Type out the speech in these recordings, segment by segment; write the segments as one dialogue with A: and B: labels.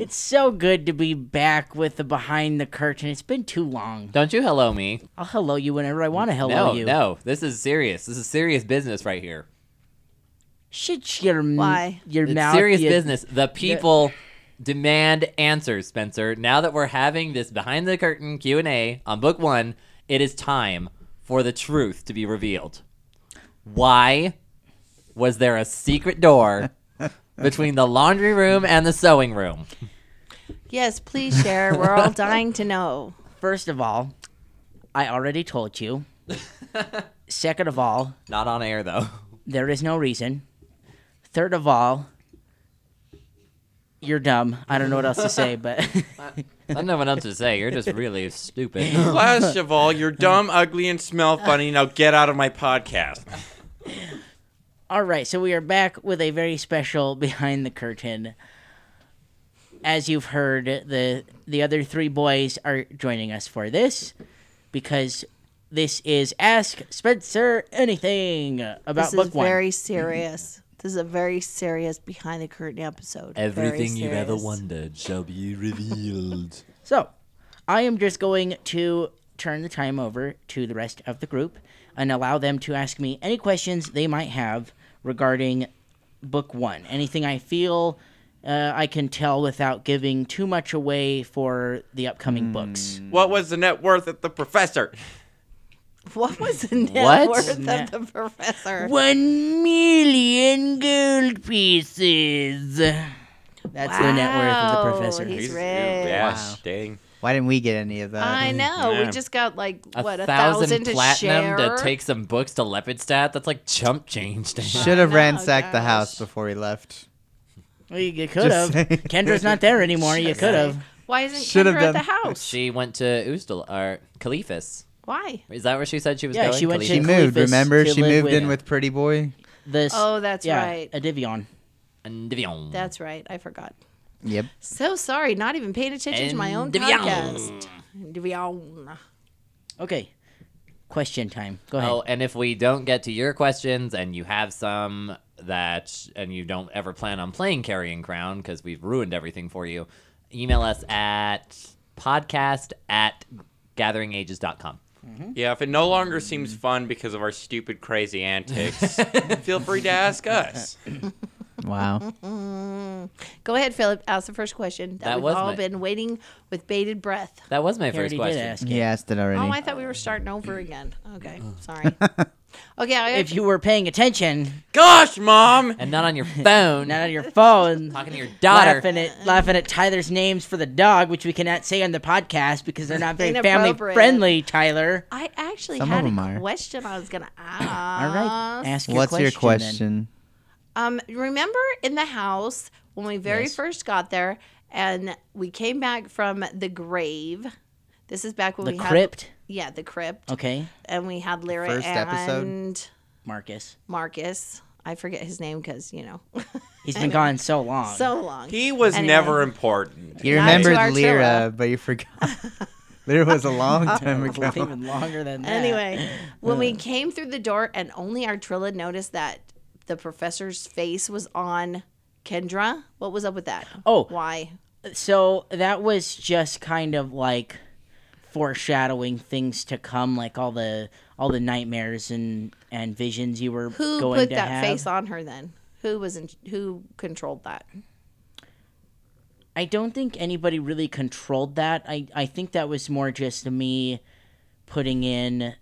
A: It's so good to be back with the behind the curtain. It's been too long.
B: Don't you hello me.
A: I'll hello you whenever I want to hello
B: no,
A: you.
B: no. This is serious. This is serious business right here.
A: Shut your m-
C: Why?
A: your
B: It's
A: mouth.
B: serious
A: you-
B: business. The people demand answers, Spencer. Now that we're having this behind the curtain Q and A on book one, it is time for the truth to be revealed. Why was there a secret door between the laundry room and the sewing room?
C: Yes, please share. We're all dying to know.
A: First of all, I already told you. Second of all,
B: Not on air though.
A: there is no reason. Third of all, you're dumb. I don't know what else to say, but
B: I don't know what else to say. You're just really stupid.
D: Last of all, you're dumb, ugly, and smell funny. Now get out of my podcast.
A: All right, so we are back with a very special behind the curtain. As you've heard, the the other three boys are joining us for this because this is Ask Spencer Anything about
C: This
A: book
C: is
A: one.
C: very serious. This is a very serious behind the curtain episode. Very
B: Everything you've ever
C: serious.
B: wondered shall be revealed.
A: So, I am just going to turn the time over to the rest of the group and allow them to ask me any questions they might have regarding book one. Anything I feel uh, I can tell without giving too much away for the upcoming books.
D: What was the net worth of the professor?
C: What was the net
B: What?
C: worth
A: Net-
C: of the professor?
A: One million gold pieces. That's the net worth of the
C: Wow,
A: professor.
C: He's rich.
D: Yeah,
E: Wow.
D: dang.
E: Why didn't we get any of that?
C: I know.
D: Yeah.
C: We just got like
B: A
C: what a
B: thousand,
C: thousand, to
B: platinum
C: share.
B: to take some books to Leopardstat. That's like chump change. Dan.
E: Should have
C: know,
E: ransacked the
C: gosh.
E: house before we left.
A: Well, you you could have.
E: saying.
A: Kendra's not there anymore. You could have.
C: Why isn't
E: Should have
C: Kendra at the
E: done-
C: house?
B: She went to Ustal or Caliphus.
C: Why?
B: Is that where she said she was
A: Yeah,
B: going?
A: she went to-
E: She
B: Caliphus?
E: moved.
A: Cleophas
E: Remember,
A: to
E: she
A: live
E: moved
A: with-
E: in with Pretty Boy.
A: This.
C: Oh, that's
A: yeah,
C: right.
A: A Divion.
B: and Divion.
C: That's right. I forgot.
E: Yep.
C: So sorry. Not even paying attention to my own
B: And Divion.
C: podcast. Divion.
A: Okay. Question time. Go ahead.
B: Oh, and if we don't get to your questions, and you have some that, and you don't ever plan on playing Carrying Crown because we've ruined everything for you, email us at podcast at gatheringages.com.
D: Yeah, if it no longer seems fun because of our stupid, crazy antics, feel free to ask us.
E: Wow.
C: Mm. Go ahead, Philip. Ask the first question that,
B: That
C: we've
B: was
C: all
B: my-
C: been waiting with bated breath.
B: That was my
A: I
B: first
A: already
B: question.
A: did ask it.
E: You asked it already.
C: Oh, I thought we were starting over again. Okay, sorry. Okay, I,
A: Uh. If you were paying attention,
D: Gosh, mom!
B: And not on your phone.
A: not on your phone,
B: talking to your daughter.
A: laughing at laughing at Tyler's names for the dog, which we cannot say on the podcast because they're not very family
C: Inappropriate.
A: friendly. Tyler,
C: I actually
E: Some
C: had
E: of 'em
C: a
E: are.
C: question I was gonna ask.
A: all right, ask your
E: What's
A: question.
E: your
A: then.
E: question?
C: Um, remember in the house when we very
A: Yes.
C: first got there, and we came back from the grave. This is back when
A: The
C: we
A: crypt.
C: had yeah the crypt,
A: Okay,
C: and we had Lyra
E: First episode?
C: and
A: Marcus.
C: Marcus. I forget his name because you know
A: He's been gone so long.
C: so long.
D: He was
C: Anyway.
D: never important.
E: You
C: Not
E: remembered
C: to
E: Lyra,
C: Archilla.
E: but you forgot. Lyra was a long
C: Oh.
E: time ago.
A: even longer than that.
C: Anyway, when
A: Uh.
C: we came through the door and only our Trilla noticed that the professor's face was on Kendra, what was up with that?
A: Oh.
C: Why?
A: so that was just kind of like foreshadowing things to come, like all the all the nightmares and and visions you were
C: Who
A: going
C: put
A: to
C: that
A: have.
C: face on her then? Who was in, who controlled that?
A: I don't think anybody really controlled that. I, I think that was more just me putting in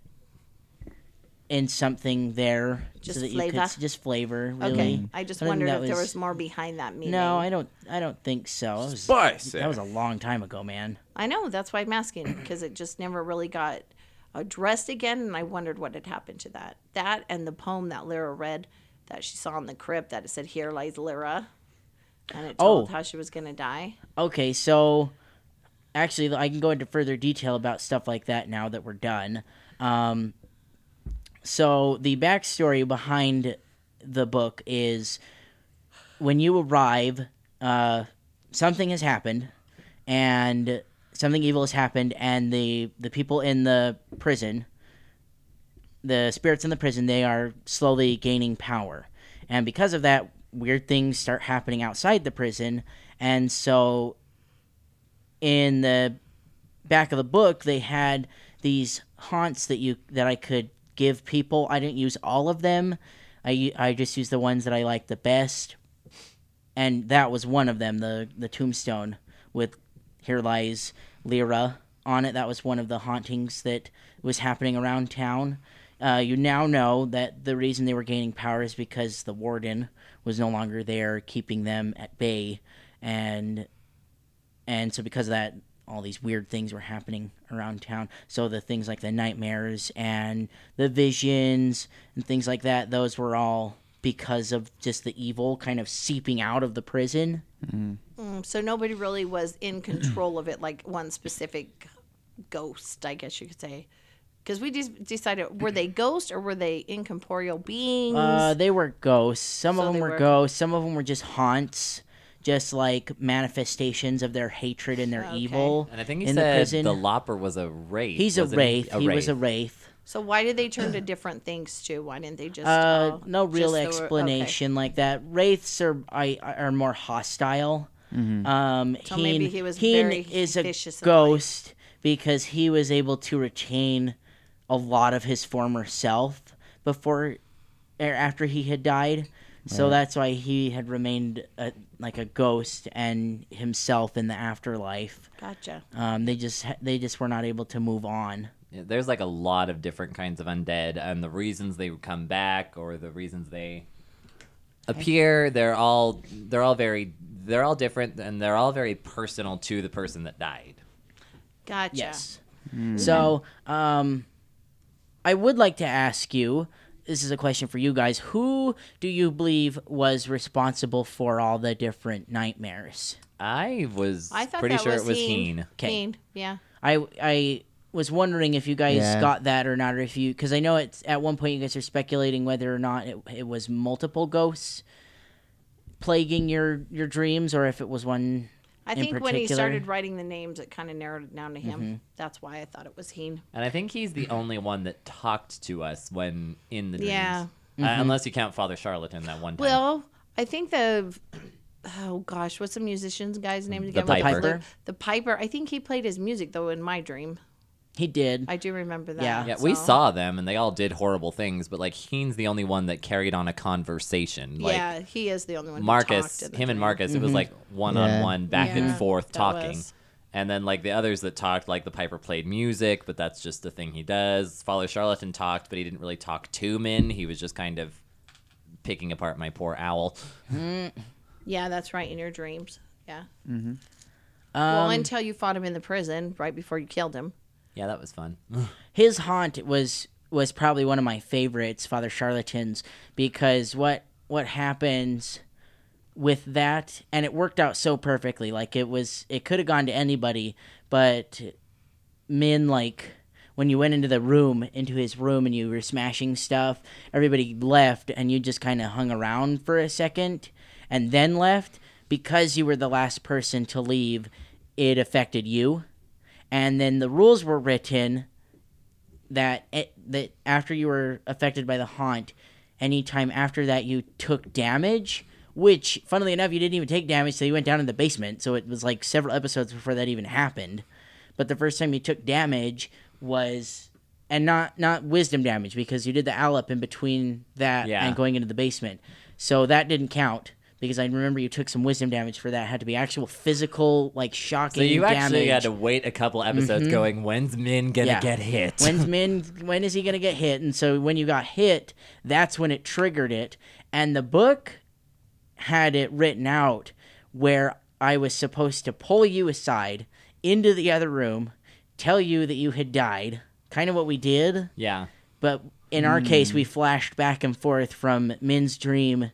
A: in something there
C: Just
A: so that you could
C: flavor?
A: s- just flavor really.
C: Okay. I just
A: I think
C: wondered
A: that
C: if there
A: was-
C: was more behind that meaning.
A: No, I don't I don't think so. That was,
D: Spice.
A: that was a long time ago, man.
C: I know, that's why I'm asking because it just never really got addressed again and I wondered what had happened to that. That and the poem that Lyra read that she saw in the crypt that it said here lies Lyra and it told
A: Oh.
C: how she was going to die.
A: Okay, so actually, I can go into further detail about stuff like that now that we're done. Um, so the backstory behind the book is when you arrive, uh, something has happened, and something evil has happened, and the the people in the prison, the spirits in the prison, they are slowly gaining power, and because of that, weird things start happening outside the prison, and so in the back of the book they had these haunts that you that I could give people. I didn't use all of them. I u- I just used the ones that I liked the best. And that was one of them, the the tombstone with here lies Lyra on it. That was one of the hauntings that was happening around town. Uh, you now know that the reason they were gaining power is because the warden was no longer there, keeping them at bay, and and so because of that all these weird things were happening around town so the things like the nightmares and the visions and things like that those were all because of just the evil kind of seeping out of the prison
C: Mm, So nobody really was in control of it, like one specific ghost, I guess you could say. Because we de- decided, were they ghosts or were they incorporeal beings?
A: uh, they were ghosts some
C: So
A: of them
C: they
A: were,
C: were-
A: ghosts some of them were just haunts just like manifestations of their hatred and their
C: Okay.
A: evil
B: And I think he
A: in
B: said
A: the prison
B: Lopper was a wraith.
A: he's a
B: wasn't
A: wraith he was a wraith
C: so why did they turn to different things too? Why didn't they just?
A: Uh,
C: all-
A: no real
C: Oh, just the- okay.
A: explanation like that. Wraiths are I, are more hostile. Um,
C: So maybe he was very
A: is a
C: vicious and
A: ghost because he was able to retain a lot of his former self before or after he had died. So that's why he had remained a, like a ghost and himself in the afterlife.
C: Gotcha.
A: Um, they just ha- they just were not able to move on.
B: Yeah, There's like a lot of different kinds of undead, and the reasons they come back or the reasons they appear, they're all they're all very they're all different, and they're all very personal to the person that died.
C: Gotcha.
A: Yes. So, um, I would like to ask you. This is a question for you guys. Who do you believe was responsible for all the different nightmares?
B: I was
C: I thought
B: pretty
C: that
B: sure
C: was
B: it was
C: Heen.
B: Heen.
A: Okay.
C: Heen, Yeah.
A: I I was wondering if you guys
E: Yeah.
A: got that or not, or if you because I know it's at one point you guys are speculating whether or not it, it was multiple ghosts plaguing your your dreams, or if it was one.
C: I
A: in
C: think when he
A: particular. Mm-hmm.
C: started writing the names, it kind of narrowed it down to him. That's why I thought it was Heen.
B: And I think he's the only one that talked to us when in the dreams.
C: Yeah.
B: Uh,
A: Mm-hmm.
B: unless you count Father Charlatan that one time.
C: Well, I think the oh gosh, what's the musician's guy's name again?
B: The
C: With
B: Piper.
C: flute? The Piper. I think he played his music though in my dream.
A: He did.
C: I do remember that.
A: Yeah.
B: yeah, we
C: so-
B: saw them and they all did horrible things, but like Heen's the only one that carried on a conversation. Like
C: yeah, he is the only one. who
B: Marcus,
C: talked in
B: him
C: the
B: and
C: dream.
B: Marcus,
A: Mm-hmm.
B: it was like one on one, back and
C: Yeah,
B: forth
C: that
B: talking.
C: was-
B: And then like the others that talked, like the Piper played music, but that's just the thing he does. Father Charlatan talked, but he didn't really talk to men. He was just kind of picking apart my poor owl.
C: Yeah, that's right. In your dreams. Yeah. Mm-hmm.
B: Um,
C: well, until you fought him in the prison right before you killed him.
B: Yeah, that was fun.
A: his haunt was was probably one of my favorites father charlatans because what what happens with that and it worked out so perfectly like it was it could have gone to anybody but men like when you went into the room into his room and you were smashing stuff everybody left and you just kind of hung around for a second and then left because you were the last person to leave it affected you and then the rules were written that it, that after you were affected by the haunt, any time after that you took damage, which funnily enough you didn't even take damage, so you went down in the basement. So it was like several episodes before that even happened. But the first time you took damage was and not not wisdom damage because you did the allop in between that
B: Yeah.
A: and going into the basement. So that didn't count because I remember you took some wisdom damage for that. It had to be actual physical like shocking
B: So you actually
A: damage.
B: had to wait a couple episodes going, when's Min gonna
A: Mm-hmm. Yeah.
B: get hit?
A: When's Min? When is he gonna get hit? And so when you got hit, that's when it triggered it. And the book had it written out where I was supposed to pull you aside into the other room, tell you that you had died. Kind of what we did,
B: yeah.
E: Hmm.
A: but in our case, we flashed back and forth from Min's dream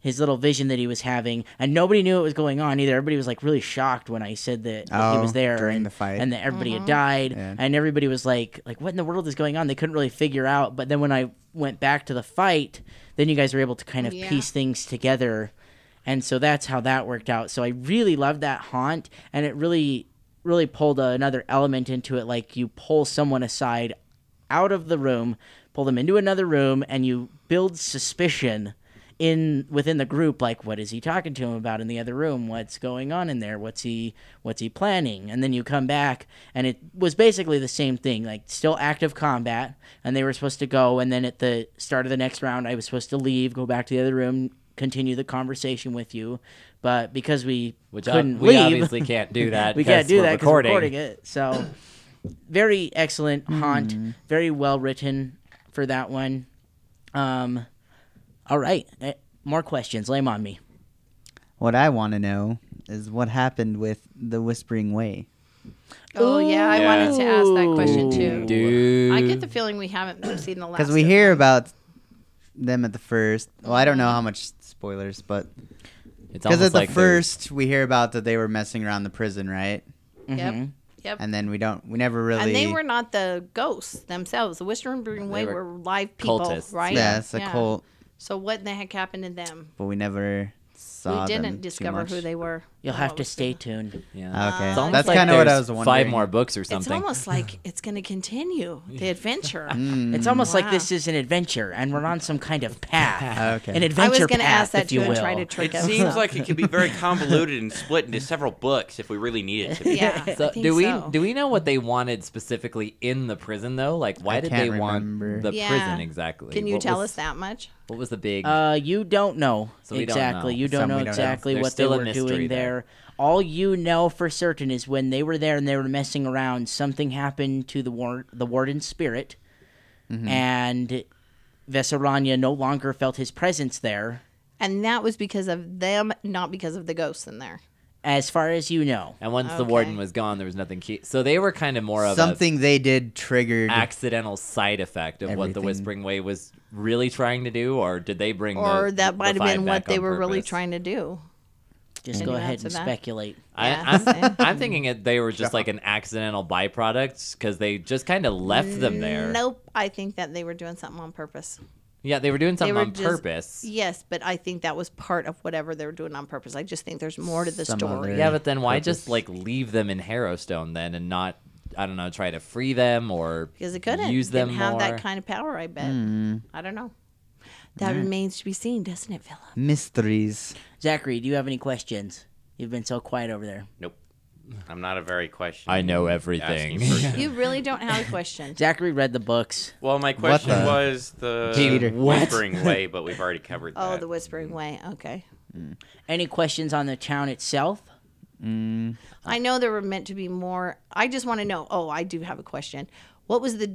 A: his little vision that he was having, and nobody knew what was going on either. Everybody was like really shocked when I said that that he
E: Oh,
A: was there
E: during
A: and,
E: the fight.
A: and that everybody had died,
E: Yeah.
A: and everybody was like, like what in the world is going on? They couldn't really figure out. But then when I went back to the fight, then you guys were able to kind of
C: Yeah.
A: piece things together, and so that's how that worked out. So I really loved that haunt, and it really really pulled another element into it like you pull someone aside out of the room, pull them into another room, and you build suspicion in within the group. Like, what is he talking to him about in the other room? What's going on in there? What's he What's he planning? And then you come back, and it was basically the same thing. Like, still active combat, and they were supposed to go. And then at the start of the next round, I was supposed to leave, go back to the other room, continue the conversation with you. But because we
B: Which ob-
A: couldn't
B: we
A: leave,
B: obviously can't do that.
A: we can't
B: 'cause
A: do
B: we're
A: that because we're
B: recording.
A: recording it. So, very excellent haunt, very well written for that one. Um, all right, Eh, more questions. Lame on me.
E: What I want to know is what happened with the Whispering Way.
C: Oh yeah, I wanted to ask that question
A: Ooh.
C: too.
B: Dude.
C: I get the feeling we haven't seen the last.
E: Because we
C: of
E: hear
C: them.
E: about them at the first. Well, I don't know how much spoilers, but
B: It's
E: because at
B: almost
E: the
B: like they're-
E: first we hear about that they were messing around the prison, right?
C: Yep.
A: Mhm.
C: Yep.
E: And then we don't. We never really.
C: And they were not the ghosts themselves. The Western Brewing Way
B: were
C: were, live people,
B: cultists,
C: right?
E: yeah, it's a cult,
C: So what in the heck happened to them?
E: but we never saw
C: we
E: them
C: didn't
E: too
C: discover
E: much.
C: who they were.
A: You'll
C: or
A: have
C: what
A: to
C: was
A: stay
C: going
A: tuned.
B: Yeah.
E: Okay,
C: almost
E: uh, that's
C: like
E: kind of what I
B: There's
E: was wondering.
B: Five more books or
C: on. It's
B: something.
C: almost like it's going to continue the adventure.
E: Mm.
A: It's almost like
C: Wow.
A: this is an adventure, and we're on some kind of path.
E: Okay.
A: An adventure
C: I was
A: going to
C: ask that
A: if you
C: too and
A: will.
C: try to trick
D: It
C: us.
D: seems like it could be very convoluted and split into several books if we really needed to. be.
C: yeah.
B: So
C: I think
B: do we
C: so.
B: do we know what they wanted specifically in the prison though? Like why
E: I
B: did they
E: can't
B: want
E: remember.
B: the
C: Yeah.
B: prison exactly?
C: Can you
B: What
C: tell
B: was-
C: us that much?
B: What was the big?
A: Uh, you don't know
B: So we don't
A: exactly.
B: know.
A: You don't
E: Some
A: know
E: we don't know.
A: exactly
B: There's
A: what they
B: still a
A: were
B: mystery
A: doing
B: there.
A: there. All you know for certain is when they were there and they were messing around, something happened to the war- the warden's spirit,
C: Mm-hmm.
A: and Vesaranya no longer felt his presence there.
C: And that was because of them, not because of the ghosts in there.
A: As far as you know,
B: and once the
C: okay.
B: warden was gone, there was nothing. Key- so they were kind of more of a
E: Something they did triggered.
B: accidental side effect of what the
E: Everything.
B: Whispering Way was really trying to do, or did they bring
C: or
B: the,
C: that
B: the
C: might have
B: five
C: been
B: back
C: what they
B: on
C: were really
B: purpose?
C: trying to do.
A: just
C: Can
A: go
C: you
A: ahead
C: answer
A: and
C: that?
A: speculate.
B: I,
C: Yeah,
B: I'm,
C: same.
B: I'm thinking it, they were just like an accidental byproduct because they just kind of left them there.
C: Nope. I think that they were doing something on purpose.
B: Yeah, they were doing something
C: were
B: on
C: just-
B: purpose.
C: Yes, but I think that was part of whatever they were doing on purpose. I just think there's more to the
E: Some
C: story.
E: other-
B: Yeah, but then why just
E: Purpose.
B: like leave them in Harrowstone then and not I don't know try to free them or
C: Because it couldn't.
B: use them
C: Didn't have
B: more.
C: that kind of power, I bet. I don't know. That remains to be seen, doesn't it, Philip?
E: mysteries.
A: Zachary, do you have any questions? You've been so quiet over there.
D: Nope. I'm not a very question.
B: I know
D: asking
B: everything.
D: person.
C: You really don't have a question.
A: Zachary read the books.
D: Well, my question
E: the-
D: was the
E: Cheater.
B: What?
D: whispering way, but we've already covered that.
C: Oh, the Whispering Way. Okay.
A: Any questions on the town itself?
C: I know there were meant to be more. I just want to know. Oh, I do have a question. What was the.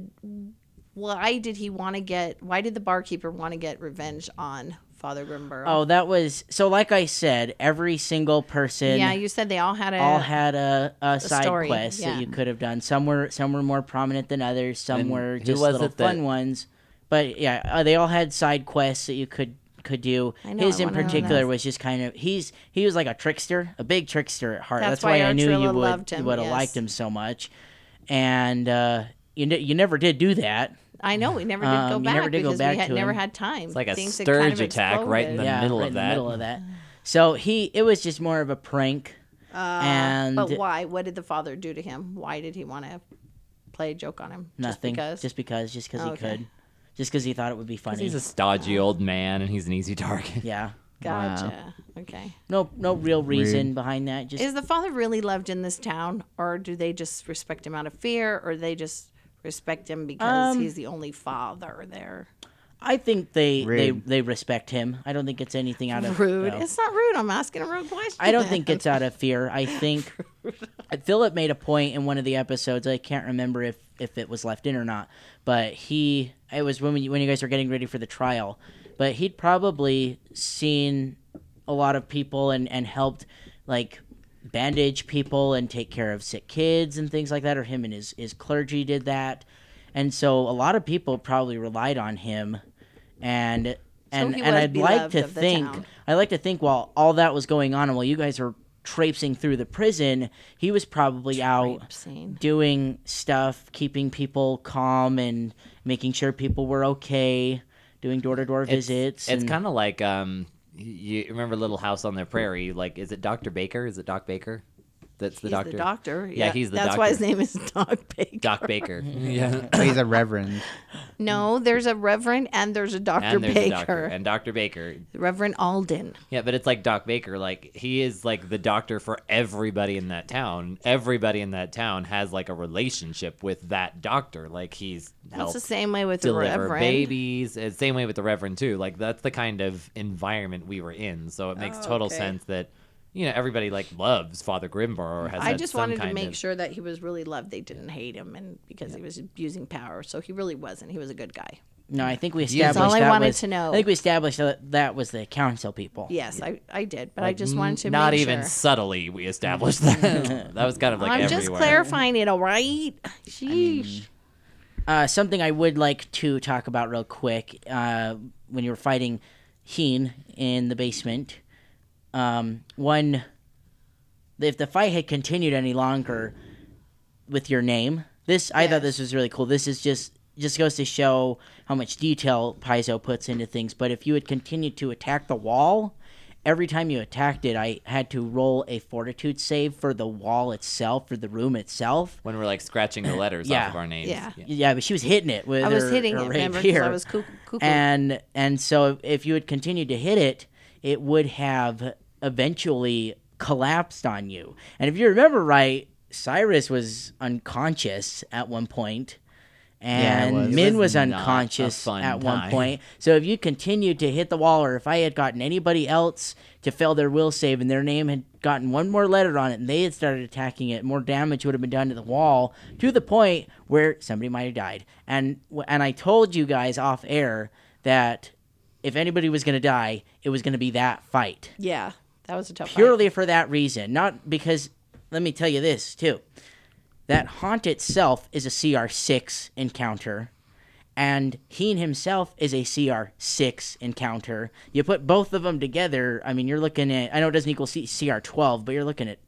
C: Why did he want to get. Why did the barkeeper want to get revenge on Father Grimborough?
A: Oh, that was so. Like I said, every single person.
C: yeah, you said they all had a.
A: all had a, a, side
C: story,
A: quest
C: yeah.
A: that you could have done. Some were some were more prominent than others. Some
B: And
A: were
B: who
A: just
B: was
A: little
B: it that-
A: fun ones. But yeah, uh, they all had side quests that you could could do.
C: I know,
A: His
C: I
A: in
C: wanna know
A: particular
C: this.
A: was just kind of he's he was like a trickster, a big trickster at heart.
C: That's
A: That's,
C: why
A: why, I knew you
C: Artrilla
A: would
C: loved
A: you
C: him,
A: would have
C: yes.
A: liked him so much. And uh, you ne- you never did do that.
C: I know. We never did
A: Um,
C: go
A: you
C: back
A: never did go
C: because
A: back
C: we had
A: to
C: never
A: him.
C: had time.
B: It's like a
C: had kind of
B: Sturge attack right in the
C: exploded.
A: yeah,
B: middle
A: right
B: of
A: in the
B: that.
A: middle of that. So he it was just more of a prank. and
C: Uh, But why? What did the father do to him? Why did he want to play a joke on him?
A: Nothing.
C: Just because? Oh,
A: Just because. Just 'cause he
C: Okay.
A: could. Just because he thought it would be funny.
B: He's a stodgy old man and he's an easy target.
A: yeah.
C: gotcha. Okay.
A: No, no real reason behind that. Just
C: Is the father really loved in this town, or do they just respect him out of fear, or they just respect him because he's the only father there?
A: I think they, they
E: Rude.
A: they respect him. I don't think it's anything out of
C: Rude.
A: no.
C: It's not rude. I'm asking a rude question.
A: I don't think it's out of fear. I think Philip made a point in one of the episodes. I can't remember if, if it was left in or not, but he it was when we, when you guys were getting ready for the trial. But he'd probably seen a lot of people and and helped like bandage people and take care of sick kids and things like that. Or him and his his clergy did that, and so a lot of people probably relied on him, and and
C: he
A: and
C: was
A: I'd like
C: beloved
A: to
C: of the
A: think
C: town.
A: I like to think while all that was going on and while you guys were traipsing through the prison, he was probably out
C: Scene.
A: doing stuff, keeping people calm and making sure people were okay, doing door to door
B: It's-
A: visits.
B: It's
A: and-
B: kind of like um, you remember Little House on the Prairie? Like, is it Doctor Baker? Is it Doc Baker? That's the
C: He's
B: doctor.
C: the doctor.
B: Yeah, he's the
C: That's
B: doctor.
C: why his name is Doc Baker.
B: Doc Baker. yeah.
E: He's a reverend.
C: No, there's a Reverend and there's a Doctor
B: And there's a doctor.
C: Baker.
B: And Doctor Baker.
C: Reverend Alden.
B: Yeah, but it's like Doc Baker. Like he is like the doctor for everybody in that town. Everybody in that town has like a relationship with that doctor. Like he's
C: That's
B: helped
C: the same way with the
B: deliver
C: Reverend.
B: babies. Uh, Same way with the Reverend too. Like that's the kind of environment we were in. So it makes
C: Oh,
B: total
C: okay.
B: sense that you know everybody like loves Father Grimbar or has.
C: I
B: had
C: just
B: some
C: wanted to
B: kind
C: make
B: of-
C: sure that he was really loved. They didn't hate him, and because he was abusing power, so he really wasn't. He was a good guy.
A: no, I think we established
B: That's
C: all I
A: that
C: wanted
A: was-
C: to know.
A: I think we established that that was the council people.
C: Yes, I, I did, but I just wanted to
B: Not
C: make
B: even
C: sure.
B: subtly, we established that. that was kind of like
C: I'm
B: everywhere.
C: just clarifying it, all right? Sheesh.
A: Uh, something I would like to talk about real quick. Uh, when you were fighting Heen in the basement, um, one, if the fight had continued any longer with your name, this I thought this was really cool. This is just just goes to show how much detail Paizo puts into things. But if you had continued to attack the wall, every time you attacked it, I had to roll a fortitude save for the wall itself, for the room itself.
B: when we're like scratching the letters
A: Yeah.
B: off of our names.
C: Yeah.
A: Yeah, but she was hitting it with
C: I was
A: her-
C: hitting
A: her
C: it,
A: right
C: remember? 'Cause
A: here.
C: I was cuckoo. cuckoo.
A: and and so if you had continued to hit it, it would have eventually collapsed on you. And if you remember right, Cyrus was unconscious at one point,
E: I
A: and
E: was. It
A: Min
B: was
A: was
B: not a
A: unconscious
B: fun
A: at
B: time.
A: one point. So if you continued to hit the wall, or if I had gotten anybody else to fail their will save, and their name had gotten one more letter on it, and they had started attacking it, more damage would have been done to the wall to the point where somebody might have died. And w- and I told you guys off air that if anybody was going to die, it was going to be that fight
C: yeah, that was a tough one.
A: purely for that reason, not because. Let me tell you this too. That haunt itself is a CR6 encounter, and Heen himself is a CR6 encounter. You put both of them together. I mean, you're looking at. I know it doesn't equal C- CR12, but you're looking at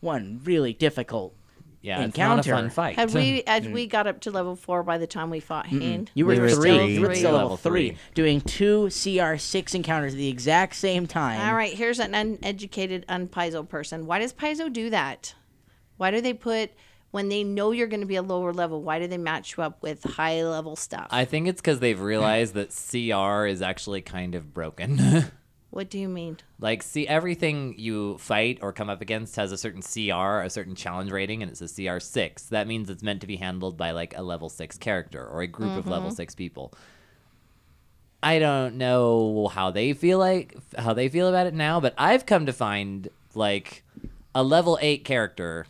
A: one really difficult.
B: Yeah, it's
A: Encounter.
B: not a fun fight.
C: Had we, as we got up to level four by the time we fought Hand,
A: Mm. You were, three.
C: still
A: You were still level
B: Level
A: three,
B: three.
A: doing two CR6 encounters at the exact same time.
C: All right, here's an uneducated unpaizo person. Why does paizo do that? Why do they put when they know you're going to be a lower level? Why do they match you up with high level stuff?
B: I think it's because they've realized that CR is actually kind of broken.
C: what do you mean?
B: Like, see, everything you fight or come up against has a certain CR, a certain challenge rating, and it's a CR six. That means it's meant to be handled by like a level six character or a group of level six people. I don't know how they feel like how they feel about it now, but I've come to find like a level eight character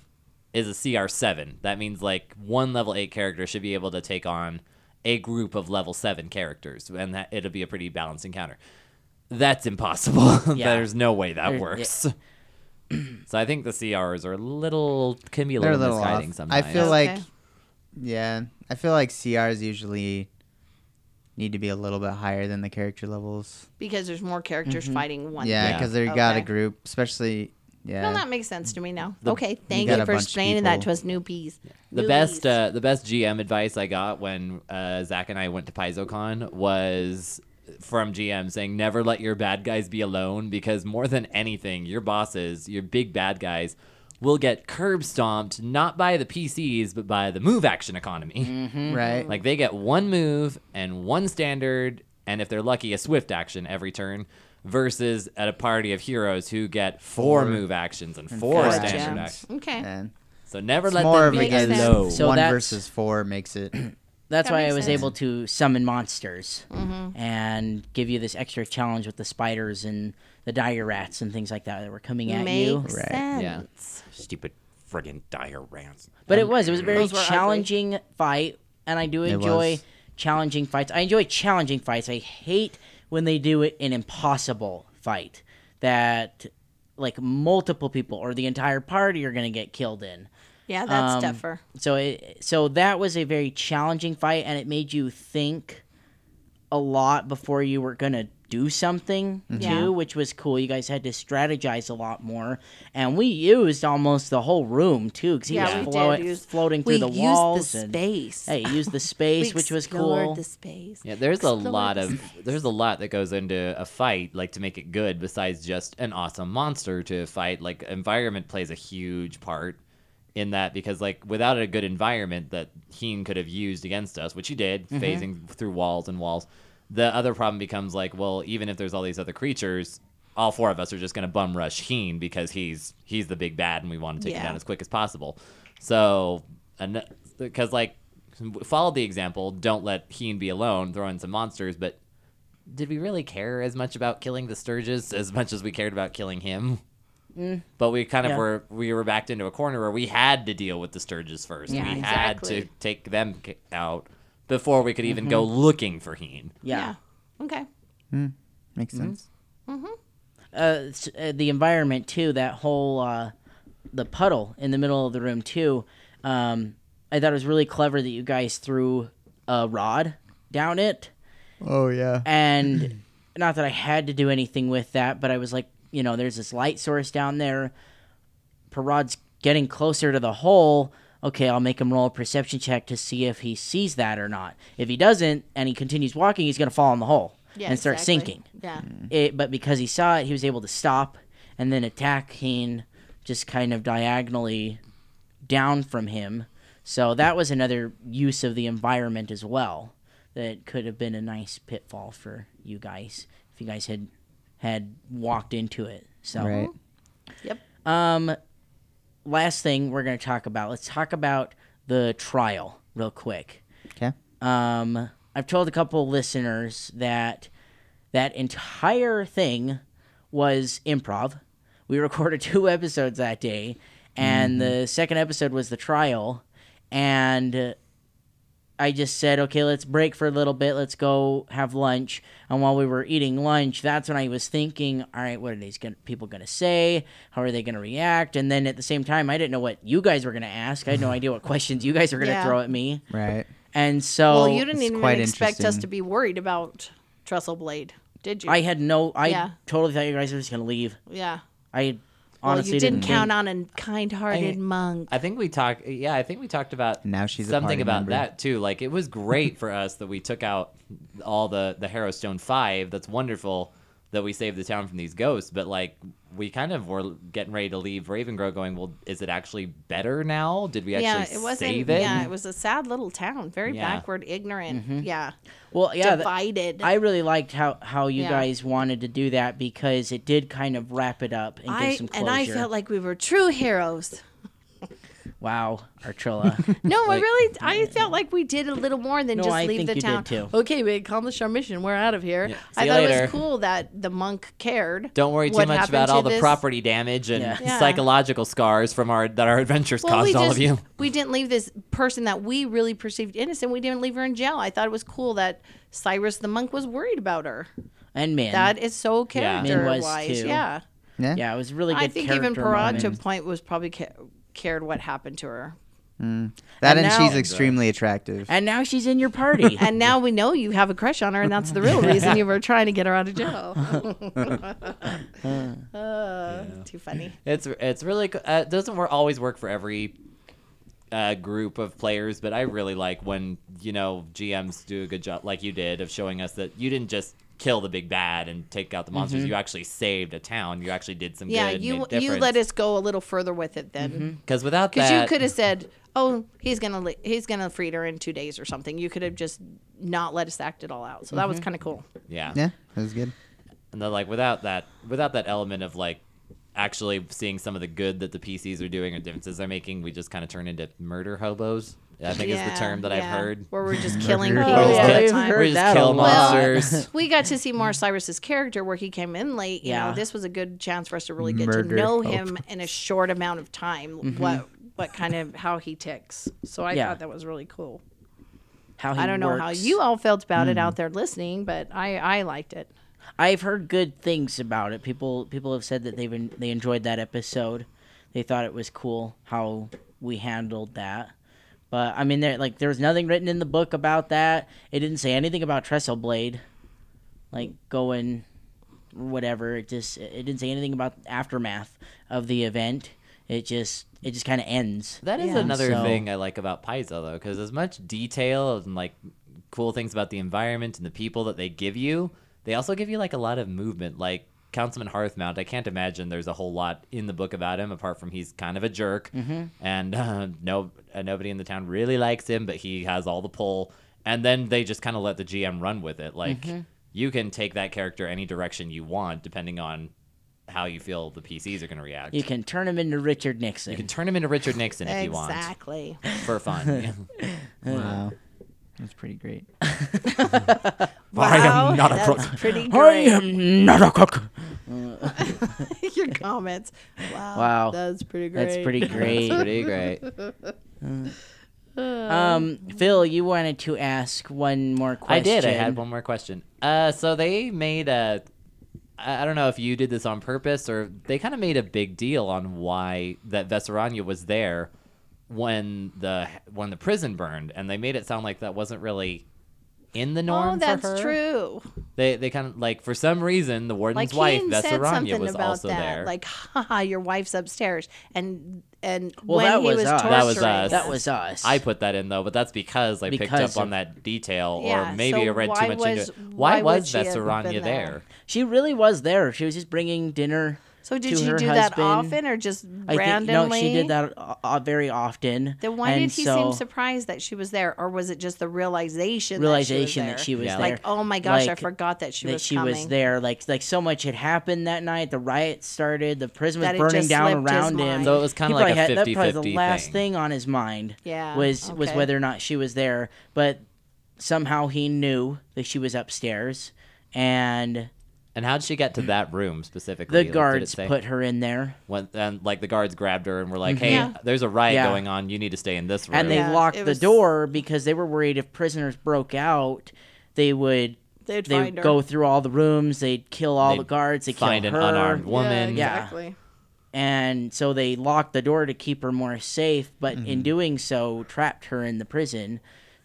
B: is a CR seven. That means like one level eight character should be able to take on a group of level seven characters, and that it'll be a pretty balanced encounter. That's impossible.
A: Yeah.
B: There's no way that
A: There-
B: works. so I think the CRs are a little can be a
E: They're
B: little,
E: a little
B: misguiding
E: off. I
B: sometimes.
E: feel
C: Okay.
E: like, yeah, I feel like CRs usually need to be a little bit higher than the character levels.
C: Because there's more characters fighting one.
E: Yeah,
B: Yeah.
E: because they got a
C: Okay.
E: group, especially yeah.
C: Well, that makes sense to me now. okay, thank
E: got
C: you
E: a
C: for
E: bunch of
C: explaining that to
E: people.
C: us newbies.
B: the
C: Newbies.
B: best uh, the best GM advice I got when uh, Zach and I went to PaizoCon was from GM saying never let your bad guys be alone because more than anything, your bosses, your big bad guys, will get curb stomped not by the PCs but by the move action economy.
E: right.
B: Like they get one move and one standard, and if they're lucky, a swift action every turn. Versus at a party of heroes who get four, move actions and four,
E: four
B: standard
E: actions.
B: actions.
C: okay.
E: and
B: So never
E: it's
B: let
E: more
B: them
E: of
B: be
E: because
C: sense.
B: low.
A: So
E: one
A: that's-
E: versus four makes it.
A: That's
C: That
A: why I
C: makes
A: was
C: sense. Mm-hmm.
A: able to summon monsters and give you this extra challenge with the spiders and the dire rats and things like that that were coming at you.
C: Makes
E: Right,
C: sense.
B: yeah.
D: Stupid friggin' dire rants.
A: But it was it was a very
C: Those were ugly.
A: challenging fight, and I do enjoy
E: was.
A: challenging fights. I enjoy challenging fights. I hate when they do it an impossible fight that like multiple people or the entire party are going to get killed in.
C: Yeah, that's
A: Um,
C: tougher.
A: So it so that was a very challenging fight, and it made you think a lot before you were gonna do something
C: Mm-hmm. Yeah.
A: too, which was cool. You guys had to strategize a lot more, and we used almost the whole room too, because he
C: Yeah,
A: was
C: we
A: flo-
C: did use-
A: floating
C: we
A: through the
C: used
A: walls.
C: the
A: and,
C: space.
A: hey, he used the
C: We
A: space, which was
C: explored
A: cool.
C: The space.
B: Yeah, there's a
C: Explored
B: lot
C: the
B: of there's a lot that goes into a fight, like to make it good. Besides just an awesome monster to fight, like environment plays a huge part in that because like without a good environment that Heen could have used against us, which he did, phasing through walls and walls. The other problem becomes like, well, even if there's all these other creatures, all four of us are just gonna bum rush Heen because he's he's the big bad and we want to take him
C: Yeah.
B: down as quick as possible. So, because like follow the example, don't let Heen be alone, throw in some monsters. But did we really care as much about killing the Sturges as much as we cared about killing him? But we kind of
A: Mm. Yeah.
B: were we were backed into a corner where we had to deal with the Sturges first.
A: Yeah,
B: we
C: exactly.
B: had to take them c- out before we could even go
A: Mm-hmm.
B: looking for Heen.
A: yeah.
C: Okay.
E: Makes
C: Mm-hmm.
E: sense.
A: uh, s- uh, the environment too. That whole uh, the puddle in the middle of the room too. Um, I thought it was really clever that you guys threw a rod down it,
E: Oh yeah.
A: and not that I had to do anything with that, but I was like, you know, there's this light source down there. Parod's getting closer to the hole. Okay, I'll make him roll a perception check to see if he sees that or not. If he doesn't, and he continues walking, he's gonna fall in the hole
C: Yeah,
A: and start
C: exactly.
A: sinking
C: Yeah.
A: it, but because he saw it, he was able to stop and then attack Heen just kind of diagonally down from him. So that was another use of the environment as well. That could have been a nice pitfall for you guys if you guys had had walked into it. So
E: Right.
C: Yep.
A: um, last thing we're going to talk about. Let's talk about the trial real quick.
E: Okay.
A: Um, I've told a couple listeners that that entire thing was improv. We recorded two episodes that day, and
C: Mm-hmm.
A: the second episode was the trial. And uh, I just said, okay, let's break for a little bit. Let's go have lunch. And while we were eating lunch, that's when I was thinking, all right, what are these gonna, people going to say? How are they going to react? And then at the same time, I didn't know what you guys were going to ask. I had no idea what questions you guys were going to
C: Yeah.
A: throw at me.
E: Right.
A: And so
C: well, you didn't
E: it's
C: even
E: quite
C: expect us
E: interesting.
C: to be worried about Trestle Blade, did you?
A: I had no. I
C: Yeah.
A: totally thought you guys were just gonna leave.
C: yeah.
A: I
C: Well,
A: honestly
C: you didn't,
A: think-
C: count on a kind-hearted
B: I-
C: monk.
B: I think we talked. Yeah, I think we talked about
E: Now she's a
B: something
E: party
B: about
E: member.
B: that too. Like it was great for us that we took out all the the Harrowstone Five. That's wonderful that we saved the town from these ghosts. But like we kind of were getting ready to leave Ravengrow, going, well, is it actually better now? Did we
C: yeah,
B: actually
C: it wasn't.
B: save it?
C: Yeah, it was a sad little town, very
B: Yeah.
C: backward, ignorant. Yeah,
A: Well, yeah. th-
C: divided.
A: I really liked how how you
C: Yeah.
A: guys wanted to do that because it did kind of wrap it up and
C: I-
A: give some closure.
C: and I felt like we were true heroes.
A: wow, Artrilla.
C: No, I really, I felt like we did a little more than
A: No,
C: just
A: I
C: leave
A: think
C: the
A: you did,
C: town.
A: too.
C: Okay, we accomplished our mission. We're out of here.
B: Yeah.
C: I
B: See you
C: thought it
B: later.
C: was cool that the monk cared.
B: Don't worry too
C: what
B: much
C: happened
B: about
C: to
B: all the
C: this-
B: property damage and
A: Yeah.
C: Yeah.
B: psychological scars from our that our adventures
C: we
B: caused all of you.
C: We didn't leave this person that we really perceived innocent. We didn't leave her in jail. I thought it was cool that Cyrus the monk was worried about her.
A: and man,
C: That is so
B: Yeah. Min was
C: character wise.
A: too.
C: Yeah.
E: Yeah.
A: yeah, it was a really good.
C: I think even
A: character
C: Parad
A: moment.
C: to a point was probably ca- cared what happened to her.
E: That
A: And
E: and,
A: now-
E: she's extremely attractive.
A: And now she's in your party.
C: And now we know you have a crush on her, and that's the real reason you were trying to get her out of jail. Uh, Too funny.
B: It's it's really co- uh, it doesn't wor- always work for every uh, group of players, but I really like when you know GMs do a good job, like you did, of showing us that you didn't just kill the big bad and take out the monsters. You actually saved a town. You actually did some
C: Mm-hmm. Yeah,
B: good.
C: you you let us go a little further with it then,
B: because without
C: because
B: that,
C: you could have said, "Oh, he's gonna li- he's gonna free her in two days or something." You could have just not let us act it all out. So that
A: Mm-hmm.
C: was kind of cool.
B: yeah,
E: yeah, that was good.
B: and then like without that without that element of like actually seeing some of the good that the PCs are doing or differences they're making, we just kind of turn into murder hobos. I think is the
C: Yeah,
B: term that I've
C: yeah.
B: heard.
C: Where we're just killing
E: Oh,
C: people
E: yeah,
C: all the
A: I've
C: time.
A: heard
B: We just
A: that a
B: kill
A: lot.
B: monsters.
C: We got to see more of Cyrus's character where he came in late. You
A: Yeah. Oh.
C: know, this was a good chance for us to really get
E: Murder
C: to know
E: hope.
C: him in a short amount of time. What what kind of how he ticks. So I
A: Mm-hmm. Yeah.
C: thought that was really cool.
A: How he
C: I don't know how
A: works. Mm.
C: you all felt about it out there listening, but I I liked it.
A: I've heard good things about it. People people have said that they've en- they enjoyed that episode. They thought it was cool how we handled that. But I mean, there like there was nothing written in the book about that. It didn't say anything about Trestle Blade. like going whatever. It just it didn't say anything about aftermath of the event. It just it just kind of ends.
B: That is
C: Yeah.
B: another
A: So-
B: thing I like about Paizo though, because as much detail and like cool things about the environment and the people that they give you, they also give you like a lot of movement. Like Councilman Hearthmount, I can't imagine there's a whole lot in the book about him apart from he's kind of a jerk, and uh, no uh, nobody in the town really likes him, but he has all the pull. And then they just kind of let the GM run with it. Like you can take that character any direction you want, depending on how you feel the PCs are going to react.
A: You can turn him into Richard Nixon.
B: You can turn him into Richard Nixon if you want
C: exactly.
B: for fun.
E: Wow. That's pretty great.
B: I am not a
C: that's
B: crook.
C: pretty
A: I
C: great.
A: am not a cook.
C: Your comments. Wow.
A: Wow.
C: That's Uh. pretty great.
A: That's pretty great. Uh.
B: pretty great.
A: Um, Phil, you wanted to ask one more question.
B: I did. I had one more question. Uh, so they made a. I I don't know if you did this on purpose or they kind of made a big deal on why that Vesaranya was there when the when the prison burned, and they made it sound like that wasn't really in the norm.
C: Oh,
B: for her.
C: that's true.
B: They they kind of like for some reason the
C: Like
B: warden's wife
C: Keen said
B: Vesaranya
C: something
B: was
C: about
B: also
C: that.
B: there.
C: Like, haha, your wife's upstairs, and and
A: Well,
C: when
A: that
C: he
A: was
C: was,
A: us.
C: torturing
B: That was us.
A: That was us.
B: I put that in though, but that's because I picked
A: Because
B: up on
A: of-
B: that detail,
C: Yeah,
B: or maybe
C: so
B: I read
C: why
B: too much
C: was-
B: into it. Why,
C: why would
B: was
C: she have been
B: Vesaranya
C: there?
B: there?
A: she really was there. She was just bringing dinner.
C: So
A: to
C: did she
A: her
C: do that
A: husband.
C: often or just
A: I think
C: randomly?
A: no, she did that uh, uh, very often.
C: Then why
A: and
C: did he
A: so
C: seem surprised that she was there, or was it just the realization
A: Realization that
C: that she
A: she
C: was
A: was
B: Yeah.
A: there.
C: there? like, oh my gosh, I
A: Like,
C: forgot that she
A: that
C: was
A: she
C: coming.
A: was there. Like like so much had happened that night. The riot started. The prison was
C: That it
A: burning
C: just
A: down
C: slipped his
A: around him.
C: mind.
B: So it was
A: He
B: kinda like
A: probably
B: a
A: had- That's probably
B: 50-50
A: the last
B: thing.
A: thing on his mind.
C: Yeah,
A: Was was
C: okay.
A: whether or not she was there. But somehow he knew that she was upstairs, and
B: And how did she get to that room specifically?
A: the
B: Like, did it
A: guards
B: say-
A: put her in there,
B: when, and like the guards grabbed her and were like, "Hey,
C: Yeah.
B: there's a riot
A: Yeah.
B: going on. You need to stay in this room."
A: and they
C: Yeah,
A: locked
C: it
A: the
C: was-
A: door because they were worried if prisoners broke out, they would.
C: They'd
A: They would
C: find her.
A: go through all the rooms. They'd kill all the
B: They'd
A: guards. They
B: find
A: kill
B: an
A: her.
B: unarmed woman.
A: Yeah.
C: exactly.
A: and so they locked the door to keep her more safe but
E: Mm-hmm.
A: in doing so trapped her in the prison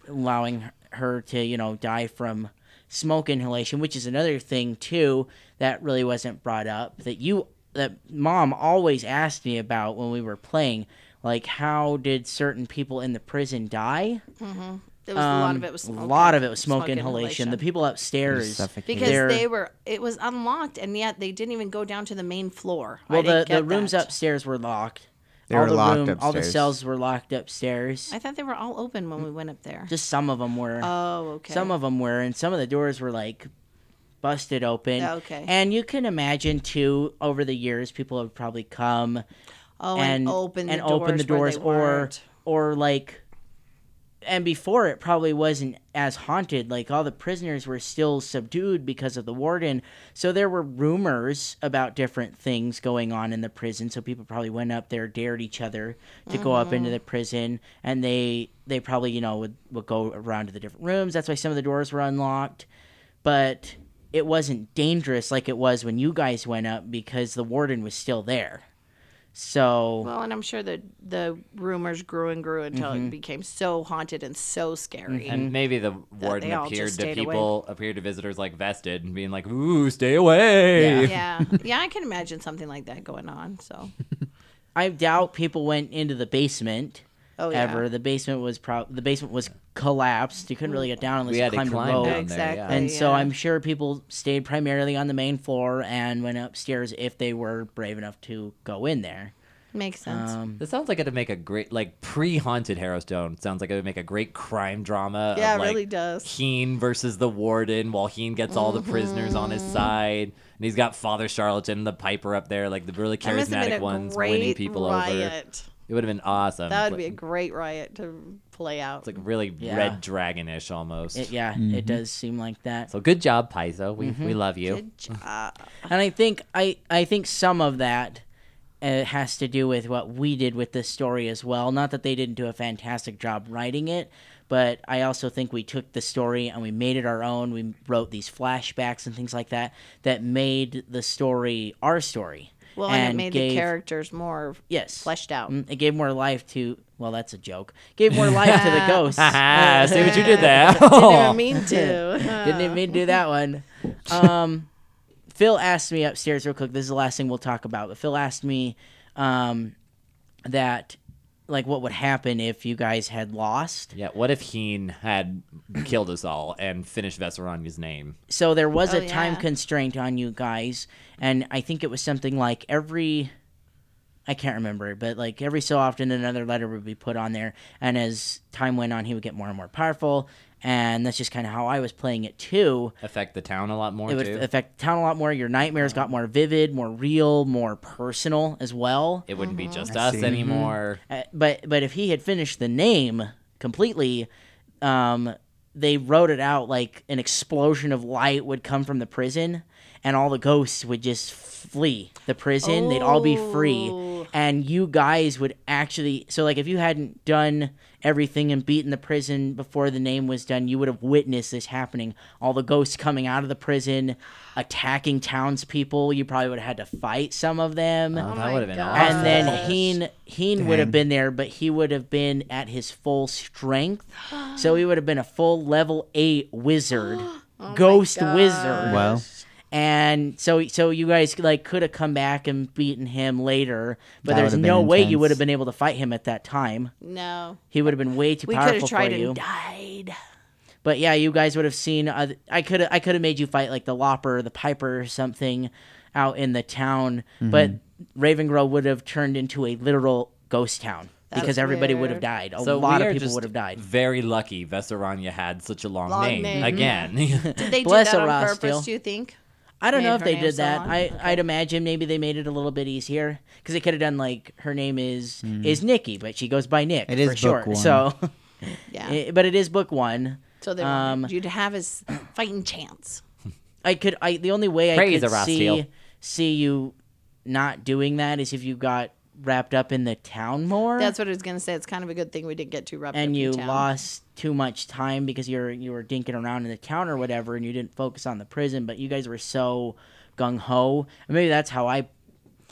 A: allowing her to you know die from smoke inhalation which is another thing too that really wasn't brought up that you that mom always asked me about when we were playing like how did certain people in the prison die
C: There was a lot of
A: Um,
C: it was
A: a
C: smoke
A: lot
C: in-
A: of it was smoke, inhalation. the people upstairs
E: suffocated.
C: because
A: they're-
C: they were it was unlocked and yet they didn't even go down to the main floor. I
A: well the,
C: didn't
A: the
C: get
A: rooms
C: that.
A: upstairs were locked
E: They
A: all
E: were
A: the
E: locked
A: room all the
E: upstairs.
A: cells were locked upstairs
C: I thought they were all open when we went up there.
A: just some of them were
C: oh, okay.
A: Some of them were, and some of the doors were like busted open.
C: Okay.
A: And you can imagine too, over the years, people have probably come
C: oh,
A: and,
C: and, open the
A: and
C: doors
A: open the doors,
C: where they
A: or
C: weren't.
A: or like, and before it probably wasn't as haunted. Like all the prisoners were still subdued because of the warden, so there were rumors about different things going on in the prison. So people probably went up there, dared each other to go up
C: Mm-hmm.
A: into the prison, and they they probably you know would would go around to the different rooms. That's why some of the doors were unlocked, but. It wasn't dangerous like it was when you guys went up because the warden was still there. So
C: Well, and I'm sure the the rumors grew and grew until
A: Mm-hmm.
C: it became so haunted and so scary.
B: And maybe the warden
C: they all
B: appeared
C: just
B: to
C: stayed away.
B: people, appeared to visitors like vested and being like, "Ooh, stay away."
C: yeah, yeah, I can imagine something like that going on. So,
A: I doubt people went into the basement
C: oh yeah,
A: ever. The basement was pro- the basement was collapsed. You couldn't really get down unless
B: We
A: you
B: had to
A: climbed
B: climb
A: a rope.
B: down there.
C: Exactly.
B: Yeah.
A: And so
C: yeah.
A: I'm sure people stayed primarily on the main floor and went upstairs if they were brave enough to go in there.
C: makes sense.
A: Um,
B: This sounds like it would make a great, like pre-haunted Harrowstone. Sounds like it would make a great crime drama.
C: yeah,
B: of,
C: it
B: like,
C: really does. Mm-hmm.
B: Heen versus the warden, while Heen gets all the prisoners on his side, and he's got Father Charlatan, the Piper up there, like the really
C: That must have been
B: charismatic
C: a
B: ones,
C: great
B: winning people over.
C: riot.
B: It would have been awesome.
C: That would
B: Like-
C: be a great riot to play out.
B: It's like really
A: Yeah.
B: red dragonish almost.
A: it, yeah,
B: Mm-hmm.
A: Mm-hmm. it does seem like that.
B: So good job, Paizo. We we love you.
C: Good job.
A: and I think I I think some of that uh, has to do with what we did with this story as well. Not that they didn't do a fantastic job writing it, but I also think we took the story and we made it our own. We wrote these flashbacks and things like that that made the story our story.
C: Well, and, it made the
A: gave-
C: characters more
A: yes
C: fleshed out.
A: Mm, It gave more life to well, that's a joke. Gave more life to the ghosts. Uh,
B: Ah, see what you did there.
A: Oh.
C: Didn't even mean to. Oh.
A: Didn't even mean to do that one. Um, Phil asked me upstairs real quick. This is the last thing we'll talk about. But Phil asked me um, that, like, what would happen if you guys had lost?
B: Yeah, what if Heen had killed us all and finished Vesperonia's name?
A: So there was
C: Oh,
A: a time
C: yeah.
A: constraint on you guys, and I think it was something like every. I can't remember, but like every so often, another letter would be put on there, and as time went on, he would get more and more powerful, and that's just kind of how I was playing it too.
B: Affect the town a lot more
A: it would
B: too. Uh-huh.
A: affect the town a lot more. Your nightmares got more vivid, more real, more personal as well.
B: it wouldn't
C: Mm-hmm.
B: be just
E: I
B: us
E: see.
B: anymore.
A: Uh, but but if he had finished the name completely, um, they wrote it out like an explosion of light would come from the prison, and all the ghosts would just flee the prison. They'd all be free,
C: Oh.
A: and you guys would actually. So like if you hadn't done everything and beaten the prison before the name was done, you would have witnessed this happening. All the ghosts coming out of the prison, attacking townspeople. You probably would have had to fight some of them
B: Oh, that
C: my
B: would have been
C: God.
B: awesome.
A: and then
C: Gosh.
A: Heen Heen would have been there, but he would have been at his full strength, so he would have been a full level eight wizard,
C: Oh
A: ghost wizard.
E: Wow.
A: And so, so you guys like could have come back and beaten him later, but
E: That
A: there's
E: would have
A: no
E: been
A: way you
E: intense.
A: would have been able to fight him at that time.
C: No,
A: He would have been way too
C: we could
A: powerful
C: have tried
A: for you.
C: and died.
A: But yeah, you guys would have seen. Uh, I could I could have made you fight like the Lopper, the Piper, or something out in the town. But Raven Grove would have turned into a literal ghost town
C: That's
A: because everybody would have died.
C: weird.
A: A
B: so
A: lot
B: we
A: of
B: are
A: people
B: just
A: would have died.
B: Very lucky Vesperania had such a long,
C: Long
B: name.
C: name.
A: Mm-hmm.
B: Again.
C: Did they do
A: Bless
C: that on
A: Aras
C: purpose?
A: still.
C: Do you think?
A: I don't know
C: made
A: if
C: her
A: they
C: name
A: did
C: so
A: that.
C: long?
A: I I'd imagine maybe they made it a little bit easier because they could have done like her name is is Nikki, but she goes by Nick
E: It
A: for
E: is book
A: short.
E: one.
A: So,
C: Yeah.
A: it- but it is book one.
C: so they
A: um,
C: wanted you to have his fighting chance.
A: I could I the only way
B: Praise
A: I could
B: Aras
A: see
B: Hill.
A: see you not doing that is if you got wrapped up in the town more
C: That's what I was gonna say. It's kind of a good thing we didn't get too wrapped up
A: and you
C: in town.
A: lost too much time because you're you were dinking around in the town or whatever and you didn't focus on the prison but you guys were so gung ho. Maybe that's how I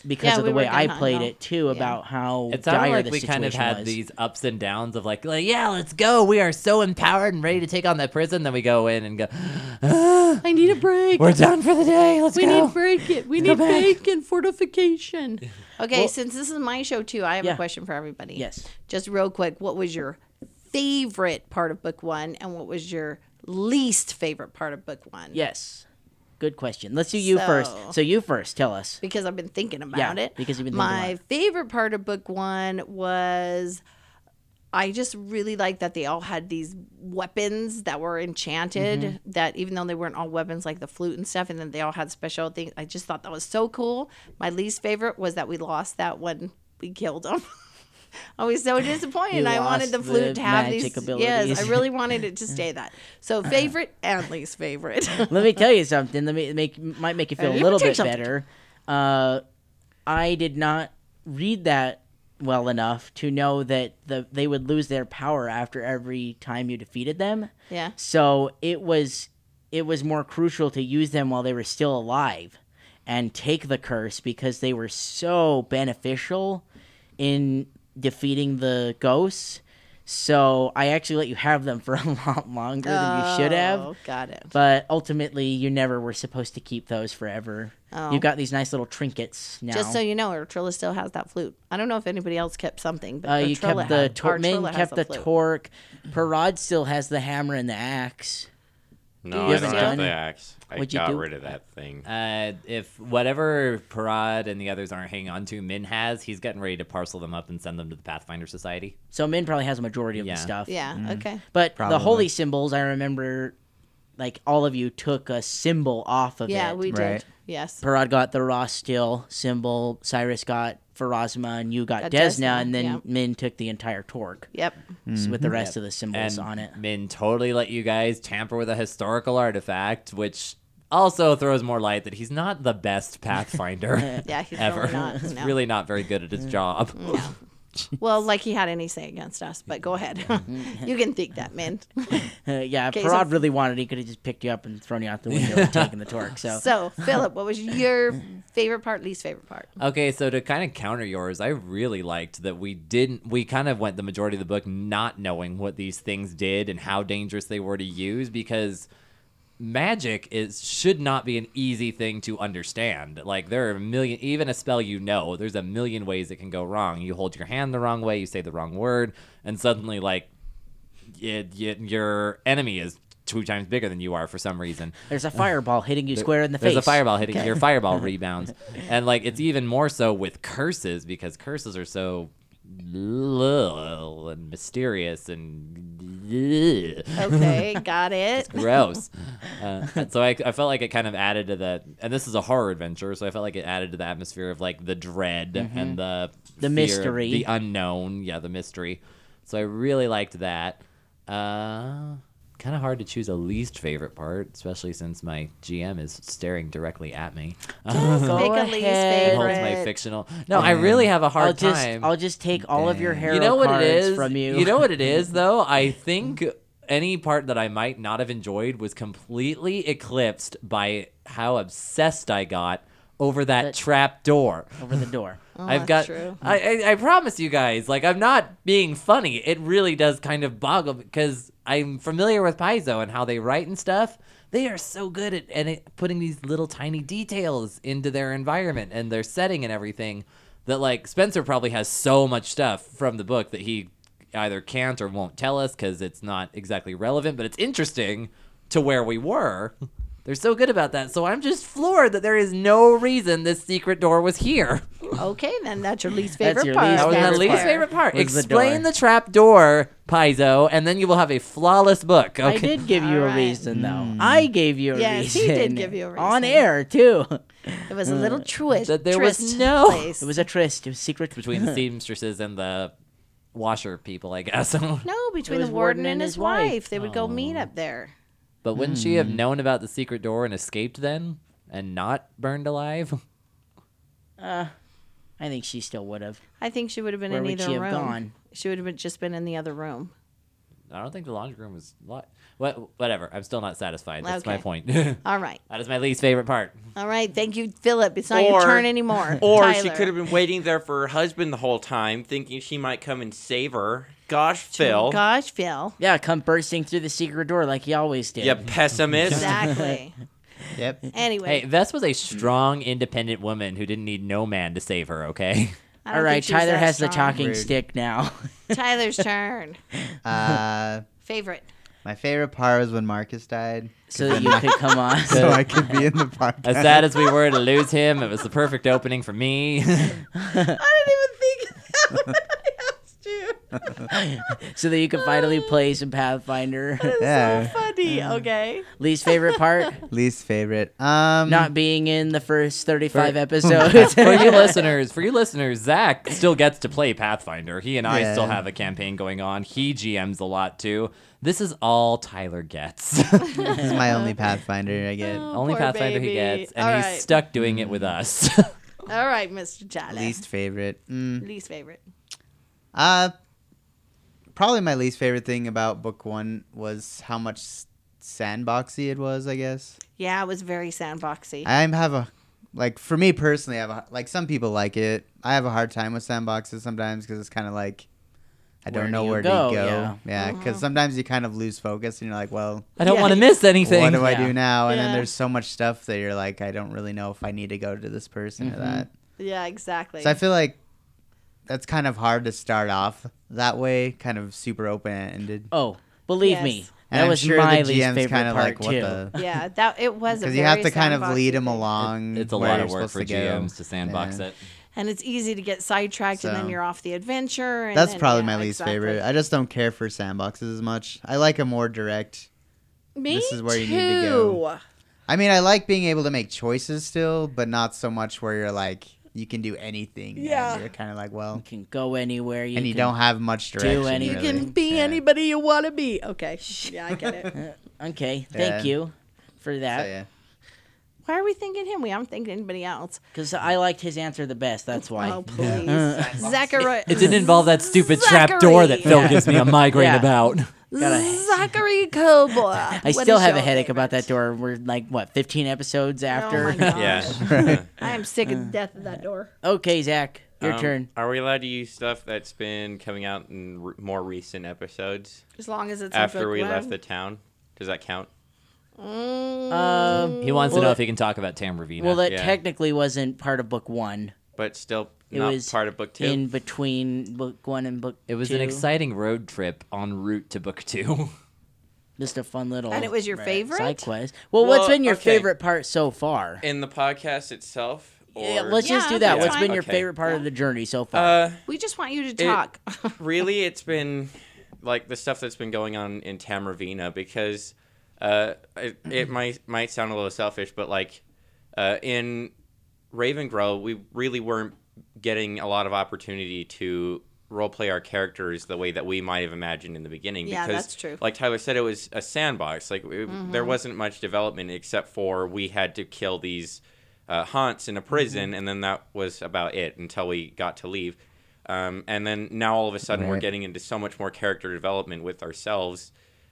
A: because
C: Yeah,
A: of
C: we
A: the
C: were
A: way I
C: gung-ho.
A: played it too
C: Yeah.
A: about how
B: It sounded
A: dire
B: like
A: the
B: we
A: situation
B: kind of had
A: was.
B: these ups and downs of like, like, yeah, let's go. We are so empowered and ready to take on that prison. Then we go in and go,
C: I need a break.
B: we're done for the day. Let's
C: we
B: go.
C: need bacon. We need bacon fortification. Okay, since this is my show too, I have
A: Yeah.
C: a question for everybody.
A: Yes.
C: Just real quick, what was your favorite part of book one, and what was your least favorite part of book one?
A: Yes. Good question. Let's do you
C: So-
A: first. So you first tell us.
C: because I've been thinking about it.
A: because you've been thinking
C: My
A: about
C: favorite part of book one was I just really liked that they all had these weapons that were enchanted.
A: Mm-hmm.
C: That even though they weren't all weapons like the flute and stuff, and then they all had special things. I just thought that was so cool. My least favorite was that we lost that when we killed them. I was so disappointed.
A: You
C: I
A: lost
C: wanted the flute
A: the
C: to have
A: magic
C: these. Yes,
A: abilities. Uh-huh.
C: I really wanted it to stay that. So favorite and least favorite.
A: Let me tell you something. Let me make might make you feel
C: Let
A: a
C: me
A: little
C: tell you
A: bit
C: something.
A: better. Uh, I did not read that well enough to know that the they would lose their power after every time you defeated them.
C: yeah.
A: So it was it was more crucial to use them while they were still alive and take the curse because they were so beneficial in defeating the ghosts. So I actually let you have them for a lot longer than you should have.
C: Oh, got it.
A: But ultimately, you never were supposed to keep those forever.
C: Oh.
A: You've got these nice little trinkets now.
C: Just so you know, Artrilla still has that flute. I don't know if anybody else kept something, but
A: uh, you
C: Artrilla
A: kept the
C: had-
A: tor- Ming
C: Artrilla has
A: kept
C: a
A: the
C: flute.
A: torque. Parad still has the hammer and the axe.
D: No,
A: You
D: I don't
A: haven't
D: have
A: done-
D: the axe. I
A: What'd you
D: got
A: do?
D: rid of that thing.
B: Uh, if whatever Parad and the others aren't hanging on to, Min has, he's getting ready to parcel them up and send them to the Pathfinder Society.
A: So Min probably has a majority of
B: Yeah.
A: the stuff.
C: Yeah. Okay.
A: But the
E: Probably.
A: holy symbols, I remember, like all of you took a symbol off of
C: Yeah,
A: it.
C: we did.
E: Right.
C: Yes.
A: Parad got the Rostil symbol. Cyrus got Farazma, and you got
C: Got
A: Desna,
C: Desna,
A: and then
C: yeah.
A: Min took the entire torque
C: Yep.
A: s- with the rest of the
B: And
A: symbols on it.
B: Min totally let you guys tamper with a historical artifact, which also throws more light that he's not the best Pathfinder
C: Yeah, he's
B: ever.
C: really not.
B: he's
C: no. Mm.
B: really not very good at his job.
C: well, like he had any say against us, but go ahead.
A: Mm-hmm.
C: you can think that, man.
A: Uh, yeah, if
C: Okay, so-
A: Parad really wanted, he could have just picked you up and thrown you out the window and taken the torque. So,
C: So, Philip, what was your favorite part, least favorite part?
B: Okay, so to kind of counter yours, I really liked that we didn't, we kind of went the majority of the book not knowing what these things did and how dangerous they were to use because magic is should not be an easy thing to understand. Like there are a million even a spell you know, there's a million ways it can go wrong. You hold your hand the wrong way, you say the wrong word, and suddenly like it, y your enemy is two times bigger than you are for some reason.
A: There's a fireball hitting you square in the
B: There's
A: face.
B: a fireball hitting your fireball rebounds, and like it's even more so with curses because curses are so little and mysterious and
C: Okay, got it.
B: gross. Uh, and so I, I felt like it kind of added to the, and this is a horror adventure, so I felt like it added to the atmosphere of like the dread and the
A: Mm-hmm. The
B: fear,
A: mystery.
B: the unknown, yeah, the mystery. So I really liked that. Uh, kind of hard to choose a least favorite part, especially since my GM is staring directly at me.
A: Go
C: Pick a least
A: ahead.
B: holds my
C: favorite.
B: fictional. No, I really have a hard
A: I'll just
B: time
A: I'll just take all of your
E: Dang.
A: hero
B: you know what
A: cards
B: it is
A: from you.
B: know what it is though i think any part that i might not have enjoyed was completely eclipsed by how obsessed i got over that,
A: That-
B: trap door
A: over the door.
C: Oh,
B: I've got.
C: that's true.
B: I, I I promise you guys, like I'm not being funny. It really does kind of boggle because I'm familiar with Paizo and how they write and stuff. They are so good at and it, putting these little tiny details into their environment and their setting and everything. That like Spencer probably has so much stuff from the book that he either can't or won't tell us because it's not exactly relevant, but it's interesting to where we were. They're so good about that. So I'm just floored that there is no reason this secret door was here.
C: Okay, then that's your least
A: That's
C: favorite
A: your
C: part.
A: least
B: That was my
A: favorite
B: least
A: part.
B: favorite part.
A: Was the
B: Explain
A: door.
B: the, trap door, Paizo, and then you will have a flawless book. Okay. Hmm.
A: I did give you a
C: Alright.
A: reason though. I gave you a
C: Yes,
A: reason.
C: he did give you a
A: On
C: reason.
A: air too.
C: It was a
A: Mm.
C: little twist.
B: that there was
C: twist
B: no-
C: place.
A: It was a tryst. It was secret
B: Between the seamstresses and the washer people, I guess.
C: no between
A: It was
C: the warden and his wife. They would go meet
B: Oh.
C: up there.
B: but wouldn't she
A: Hmm.
B: have known about the secret door and escaped then? And not burned alive?
A: I think she still would have.
C: I think she would have been
A: Where
C: in
A: would
C: either
A: she have
C: room.
A: gone?
C: She would have been, just been in the other room.
B: I don't think the laundry room was. Lo- what, whatever. I'm still not satisfied. That's my
C: Okay.
B: point. that
C: All right,
B: is my least favorite part.
C: all right. Thank you, Philip. It's not your
D: Or-
C: turn anymore.
D: Or
C: Tyler.
D: she could have been waiting there for her husband the whole time, thinking she might come and save her. Gosh, Phil,
C: Oh, Gosh, Phil.
A: Yeah, come bursting through the secret door like he always did.
D: you pessimist.
C: Exactly.
E: Yep.
C: Anyway,
B: Hey, Vess
A: Hmm.
B: was a strong, independent woman who didn't need no man to save her, okay?
C: I don't
A: All right,
C: think she was
A: Tyler
C: that
A: has the
C: strong.
A: talking
E: Rude.
A: stick now.
C: Tyler's turn.
E: Uh,
C: Favorite.
E: my favorite part was when Marcus died,
A: so that you could come on.
E: so I could be in the podcast.
B: As sad as we were to lose him, it was the perfect opening for me.
C: I didn't even think of that when I asked you.
A: so that you could finally play some Pathfinder.
E: yeah.
C: Funny. Okay.
A: Least favorite part?
E: Least favorite. Um,
A: Not being in the first 35
B: For-
A: episodes.
B: for you listeners, for you listeners, Zach still gets to play Pathfinder. He and I
E: Yeah.
B: still have a campaign going on. He GMs a lot too. This is all Tyler gets.
E: this is my only Pathfinder I get.
A: Oh,
B: Only
C: Oh, poor
B: Pathfinder he
C: baby.
B: gets, and
C: All
B: he's
C: right.
B: stuck doing it with us.
C: All right, Mr. Tyler. Least,
E: Least favorite. Mm.
C: favorite.
E: Uh, probably my least favorite thing about book one was how much s- sandboxy it was. I guess
C: Yeah, it was very sandboxy.
E: I have a like for me personally, I have a, like some people like it. I have a hard time with sandboxes sometimes because it's kind of like I
A: Where
E: don't
A: do
E: know
A: you
E: where
A: go?
E: to
A: Yeah.
E: go. Yeah,
C: Uh-huh.
E: because sometimes you kind of lose focus and you're like, well,
B: I don't
C: Yeah.
B: want to miss anything.
E: what do I
A: Yeah.
E: do now? And
C: Yeah.
E: then there's so much stuff that you're like, I don't really know if I need to go to this person or that.
C: yeah, exactly.
E: So I feel like that's kind of hard to start off that way, kind of super open ended.
A: oh, believe
C: Yes.
A: me.
E: And
A: That
E: I'm
A: was
E: sure
A: my
E: the
A: least
E: GM's
A: favorite
E: kind of
A: part,
E: like,
A: too.
E: what the?
C: yeah, that it was.
E: Because you have to
C: very
E: kind of
C: sandboxy
E: lead them
C: thing.
E: along.
B: It's a
E: where
B: lot
E: you're
B: of work
E: supposed
B: for
E: go.
B: GMs to sandbox
E: Yeah.
B: it.
C: and it's easy to get sidetracked, and then
E: So-
C: you're off the adventure. And
E: That's
C: then-
E: probably
C: yeah,
E: my least
C: exactly.
E: favorite. I just don't care for sandboxes as much. I like a more direct.
C: Me
E: This is where
C: too.
E: you need to go. I mean, I like being able to make choices still, but not so much where you're like you can do anything. and
C: Yeah.
E: you're kind of like, well,
A: You can go anywhere. You
E: and you
A: can-
E: don't have much direction.
A: any-
C: You
E: really.
C: can be
E: Yeah.
C: anybody you want to be. Okay. Yeah, I get it.
A: Okay, thank
E: Yeah.
A: you for
E: So,
A: that.
E: yeah.
C: Why are we thinking him? We aren't thinking anybody else.
A: Because I liked his answer the best. That's why.
C: Oh, please. Zachary.
B: It didn't involve that stupid trap
C: Zachary.
B: door that Phil
A: Yeah.
B: gives me a migraine
A: Yeah.
B: about.
A: Gotta-
C: Zachary Cobra.
A: I still have a headache about that door. We're like what, 15 episodes after?
C: my God.
D: Yeah.
C: I am sick
A: Uh.
C: of death of that door.
A: okay, Zach, your
D: Um,
A: turn.
D: Are we allowed to use stuff that's been coming out in re- more recent episodes
C: As long as it's in
D: after
C: book
D: we
C: one.
D: left the town? Does that count?
C: Mm.
A: Um,
B: He wants
A: Well,
B: to know
A: that-
B: if he can talk about Tamravina.
A: well, that
D: Yeah.
A: technically wasn't part of book one.
D: but still
A: It
D: not
A: was
D: part of book two.
A: In between book one and book
B: it was
A: two.
B: an exciting road trip en route to book two.
A: Just a fun little.
C: And it was your
A: uh,
C: favorite?
A: side quest. Well,
D: Well,
A: what's been your
D: okay.
A: favorite part so far?
D: in the podcast itself, or
A: Yeah, let's just
C: Yeah,
A: do that.
C: that's
A: What's
C: fine.
A: been your
D: Okay.
A: favorite part of the journey so far?
D: uh,
C: We just want you to talk.
D: really, it's been like the stuff that's been going on in Tamravina because uh, it,
C: Mm-hmm.
D: it might might sound a little selfish, but like uh, in Ravengrow, we really weren't getting a lot of opportunity to roleplay our characters the way that we might have imagined in the beginning.
C: Yeah,
D: because,
C: that's true. Mm-hmm.
D: Like Tyler said, it was a sandbox. Like it- there wasn't much development except for we had to kill these uh, haunts
C: Mm-hmm.
D: in a prison, and then that was about it until we got to leave. Um, and then now all of a sudden we're
E: Right.
D: getting into so much more character development with ourselves.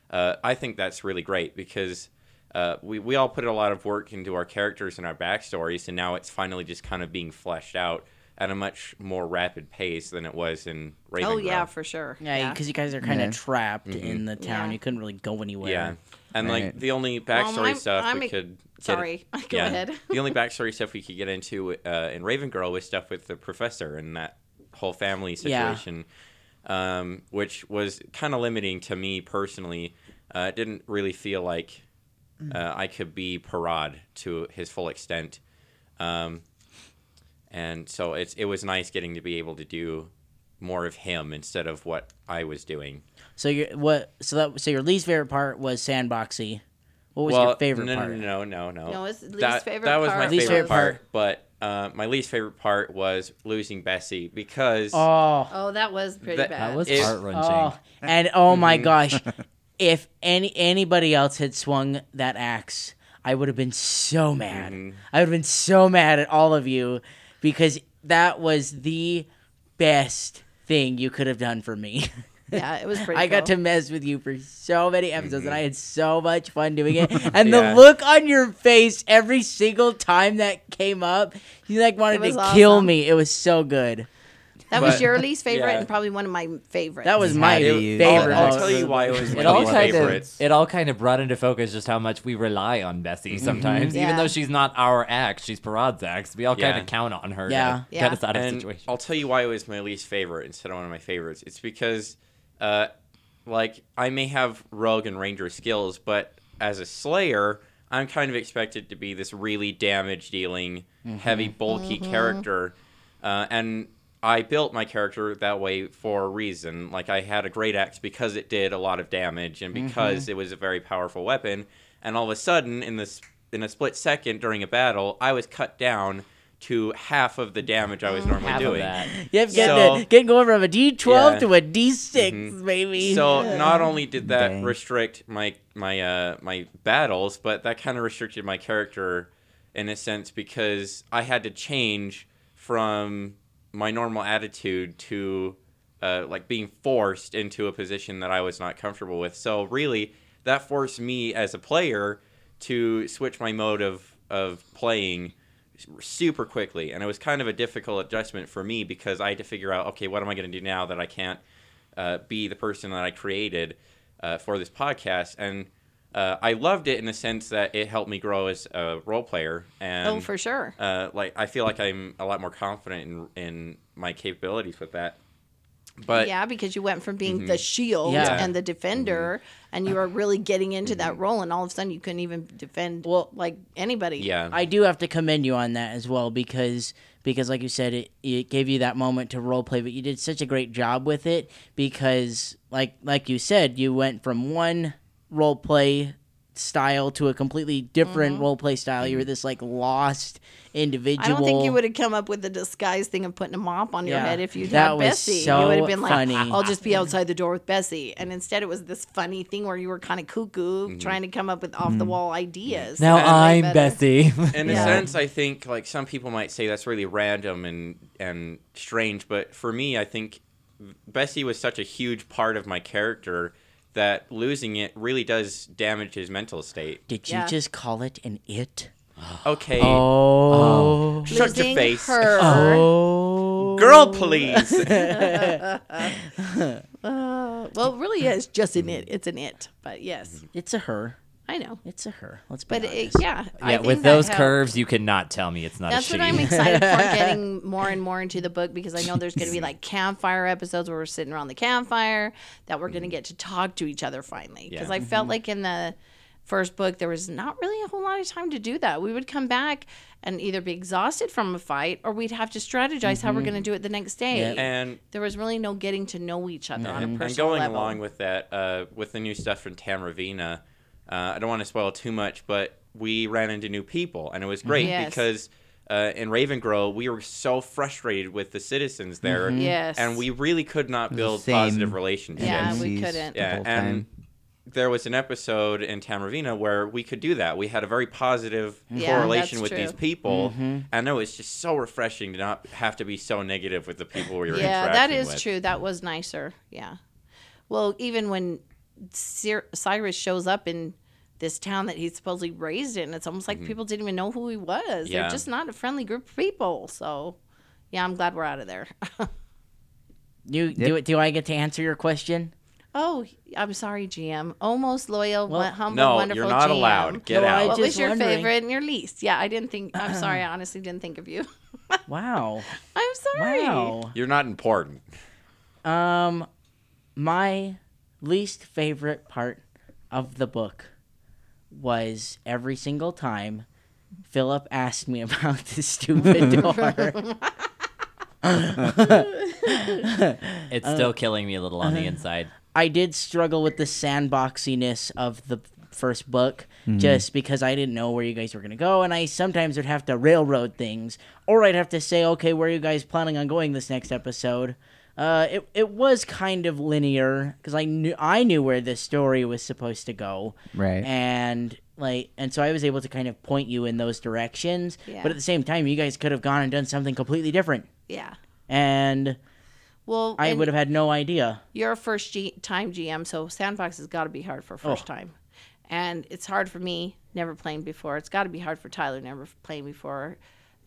D: Uh, I think that's really great because uh, we, we all put a lot of work into our characters and our backstories, and now it's finally just kind of being fleshed out at a much more rapid pace than it was in Raven.
C: oh yeah, for sure.
A: yeah, because you guys are kind of
E: Yeah.
A: trapped in the town.
C: Yeah.
A: You couldn't really go anywhere.
D: Mm-hmm. Yeah. And like
E: Right.
D: the only
C: Well,
D: backstory
C: I'm-
D: stuff
C: I'm
D: we
C: a-
D: could get-
C: Sorry. Go
D: yeah.
C: ahead.
D: the only backstory stuff we could get into uh, in Raven Girl was stuff with the professor and that whole family
A: Yeah.
D: situation, um, which was kind of limiting to me personally. Uh, it didn't really feel like
C: Mm.
D: uh, I could be Parad to his full extent, um, and so it's it was nice getting to be able to do more of him instead of what I was doing.
A: So your what? So that so your least favorite part was sandboxy. What was your favorite
D: no,
A: part?
D: No, no, no, no.
C: No, it's least
D: that,
C: favorite
D: That was my
C: part
D: favorite,
A: Least favorite
D: part, but uh, my least favorite part was losing Bessie because
A: Oh,
C: Oh, that was pretty
D: That-
C: bad.
B: That was
D: It-
B: heart wrenching.
A: oh, and oh
D: Mm-hmm.
A: my gosh! If any anybody else had swung that axe, I would have been so mad.
D: Mm-hmm.
A: I would have been so mad at all of you because that was the best thing you could have done for me.
C: yeah, it was pretty.
A: I got
C: cool.
A: to mess with you for so many episodes, and I had so much fun doing it. And
D: Mm-hmm. Yeah.
A: the look on your face every single time that came up, you like wanted
C: It
A: to
C: was
A: kill
C: awesome.
A: me. It was so good.
C: That was
D: But-
C: your least favorite
D: Yeah.
C: and probably one of my favorites.
A: That was
E: How
A: my
E: do
D: you-
A: favorite.
D: I'll, I'll
A: part.
D: tell you why it was
B: It
D: one
B: all
D: of my
B: kind of
D: favorites.
B: it all kind of brought into focus just how much we rely on
D: Mm-hmm.
B: Bessie sometimes, even
C: Yeah.
B: though she's not our axe, she's Parad's axe. We all kind
D: Yeah.
B: of count on her.
A: Yeah.
B: to
C: Yeah.
B: get us out of
D: and
B: situations.
D: I'll tell you why it was my least favorite instead of one of my favorites. It's because, uh, like, I may have rogue and ranger skills, but as a slayer, I'm kind of expected to be this really damage dealing, heavy,
A: Mm-hmm.
D: bulky character. Uh, and I built my character that way for a reason. Like, I had a great axe because it did a lot of damage and because it was a very powerful weapon. And all of a sudden, in this in a split second during a battle, I was cut down to half of the damage I was normally
B: Mm, Half of
D: doing.
B: that.
A: Yep, getting,
D: So-
A: it, getting going from a D twelve
D: Yeah. Mm-hmm.
A: to a D 6 baby.
D: So not only did that
E: Dang.
D: restrict my my uh, my battles, but that kind of restricted my character in a sense because I had to change from my normal attitude to uh, like being forced into a position that I was not comfortable with. So really, that forced me as a player to switch my mode of of playing super quickly and it was kind of a difficult adjustment for me because i had to figure out okay what am i going to do now that i can't uh, be the person that i created uh, for this podcast and uh, i loved it in the sense that it helped me grow as a role player and
C: oh, for sure.
D: uh, like i feel like i'm a lot more confident in, in my capabilities with that but
C: yeah, because you went from being the shield
A: Mm-hmm. Yeah. Mm-hmm.
C: and the defender, and you were really getting into that role, and all of a sudden you couldn't even defend
A: Well-
C: like anybody.
D: yeah
A: I do have to commend you on that as well because because like you said it, it gave you that moment to role play but you did such a great job with it because like like you said you went from one role play style to a completely different role play style you were this like lost individual
C: Mm-hmm. I don't think you would have come up with the disguise thing of putting a mop on your
A: Yeah.
C: head if you'd
A: That
C: had
A: was
C: Bessie.
A: so
C: you would have been like,
A: funny.
C: I'll just be outside the door with Bessie. And instead, it was this funny thing where you were kind of cuckoo
A: Mm-hmm.
C: trying to come up with off the wall ideas.
B: Now
C: That was way
B: I'm
C: better.
B: Bessie.
D: in a
C: Yeah.
D: sense i think like some people might say that's really random and and strange but for me i think bessie was such a huge part of my character that losing it really does damage his mental state
A: did you
C: Yeah.
A: just call it an it
D: okay
A: oh
D: shut your
C: Losing
D: face
C: Her.
A: oh
D: girl please
C: Uh, well, it really is just an it. It's an it. But yes.
A: it's a her
C: I know.
A: It's a her. Let's be
C: But it,
A: honest.
C: yeah, I
B: Yeah,
C: think
B: with
C: that
B: those
C: helped.
B: curves, you cannot tell me it's not
C: That's
B: a she.
C: what I'm excited for getting more and more into the book because I know there's going to be like campfire episodes where we're sitting around the campfire that we're going to get to talk to each other finally. Because
D: Yeah.
C: I felt like in the first book, there was not really a whole lot of time to do that. We would come back and either be exhausted from a fight or we'd have to strategize how we're going to do it the next day.
A: Yeah.
D: And Mm-hmm.
C: there was really no getting to know each other on a
D: and,
C: personal
D: and going
C: level.
D: along with that, uh, with the new stuff from Tamravina, uh, I don't want to spoil too much, but we ran into new people, and it was great
C: Mm-hmm. Yes.
D: because uh, in Ravengrow we were so frustrated with the citizens there,
C: Mm-hmm. Yes.
D: and we really could not
E: The
D: build
E: same
D: positive relationships.
C: Yeah, we
E: NPCs
C: couldn't.
E: the
D: yeah,
E: whole
D: and
E: time.
D: there was an episode in Tamravina where we could do that. We had a very positive
C: Yeah,
D: correlation
C: that's
D: with
C: true.
D: these people,
E: Mm-hmm.
D: and it was just so refreshing to not have to be so negative with the people we were
C: yeah that
D: interacting
C: is
D: with.
C: true that was nicer yeah well even when Cyr- cyrus shows up in this town that he's supposedly raised in it's almost like people didn't even know who he was
D: Mm-hmm. Yeah.
C: they're just not a friendly group of people so yeah i'm glad we're out of there
A: You do it. Do I get to answer your question?
C: oh i'm sorry gm almost loyal
A: Well-
C: wa- humble
D: No,
C: wonderful
D: you're not
C: GM.
D: allowed. Get
A: No, I
D: out.
C: what
A: Just
C: was your
A: wondering.
C: favorite and your least yeah i didn't think i'm sorry i honestly didn't think of you
A: Wow.
C: i'm sorry
A: Wow.
D: You're not important.
A: Um, my least favorite part of the book was every single time Philip asked me about this stupid door.
B: It's
C: Oh.
B: still killing me a little on
C: Uh-huh.
B: the inside.
A: I did struggle with the sandboxiness of the first book just because I didn't know where you guys were going to go. And I sometimes would have to railroad things or I'd have to say, okay, where are you guys planning on going this next episode? Uh, it, it was kind of linear because I knew I knew where this story was supposed to go,
E: Right.
A: And like, and so I was able to kind of point you in those directions.
C: Yeah.
A: But at the same time, you guys could have gone and done something completely different,
C: yeah
A: and
C: well
A: I
C: and-
A: would have had no idea.
C: you're a first G- time GM, so sandbox has got to be hard for first
A: Oh.
C: time, and it's hard for me, never playing before. It's got to be hard for Tyler, never playing before.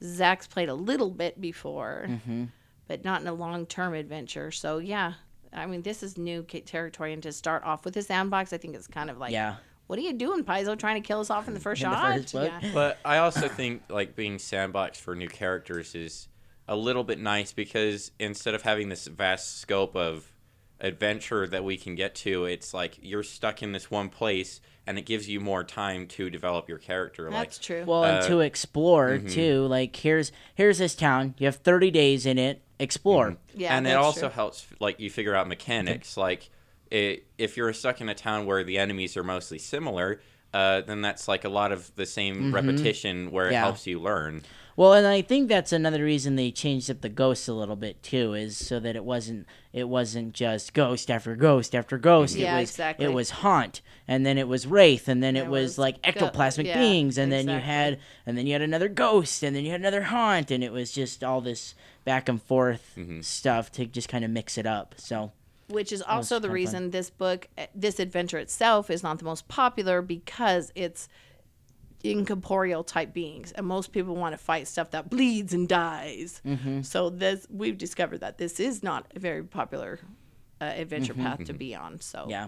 C: Zach's played a little bit before,
A: Mm-hmm.
C: but not in a long term adventure. So yeah, I mean this is new ca- territory, and to start off with a sandbox, I think it's kind of like
A: Yeah.
C: What are you doing, Paizo? Trying to kill us off in the first
A: In the
C: shot?
A: first book?
C: Yeah.
D: But I also think like being sandboxed for new characters is a little bit nice because instead of having this vast scope of adventure that we can get to, it's like you're stuck in this one place and it gives you more time to develop your character.
C: That's
D: like
C: true.
A: well and
D: Uh,
A: to explore too like here's here's this town you have 30 days in it explore
C: yeah,
D: and it
C: that's
D: also
C: true.
D: helps like you figure out mechanics like i if you're stuck in a town where the enemies are mostly similar uh, then that's like a lot of the same
C: Mm-hmm.
D: repetition where
A: Yeah.
D: it helps you learn
A: well and i think that's another reason they changed up the ghosts a little bit too is so that it wasn't it wasn't just ghost after ghost after ghost
C: Yeah,
A: it was
C: exactly.
A: it was haunt and then it was wraith and then it
C: There
A: was,
C: was
A: like
C: go-
A: ectoplasmic
C: yeah,
A: beings and then you
C: exactly.
A: had and then you had another ghost and then you had another haunt and it was just all this back and forth stuff to just kind of mix it up so
C: which
A: Oh,
C: is also
A: kinda
C: the
A: fun.
C: reason this book eh, this adventure itself is not the most popular because it's incorporeal type beings and most people want to fight stuff that bleeds and dies
A: Mm-hmm.
C: so this we've discovered that this is not a very popular uh, adventure path to be on so
A: Mm-hmm, yeah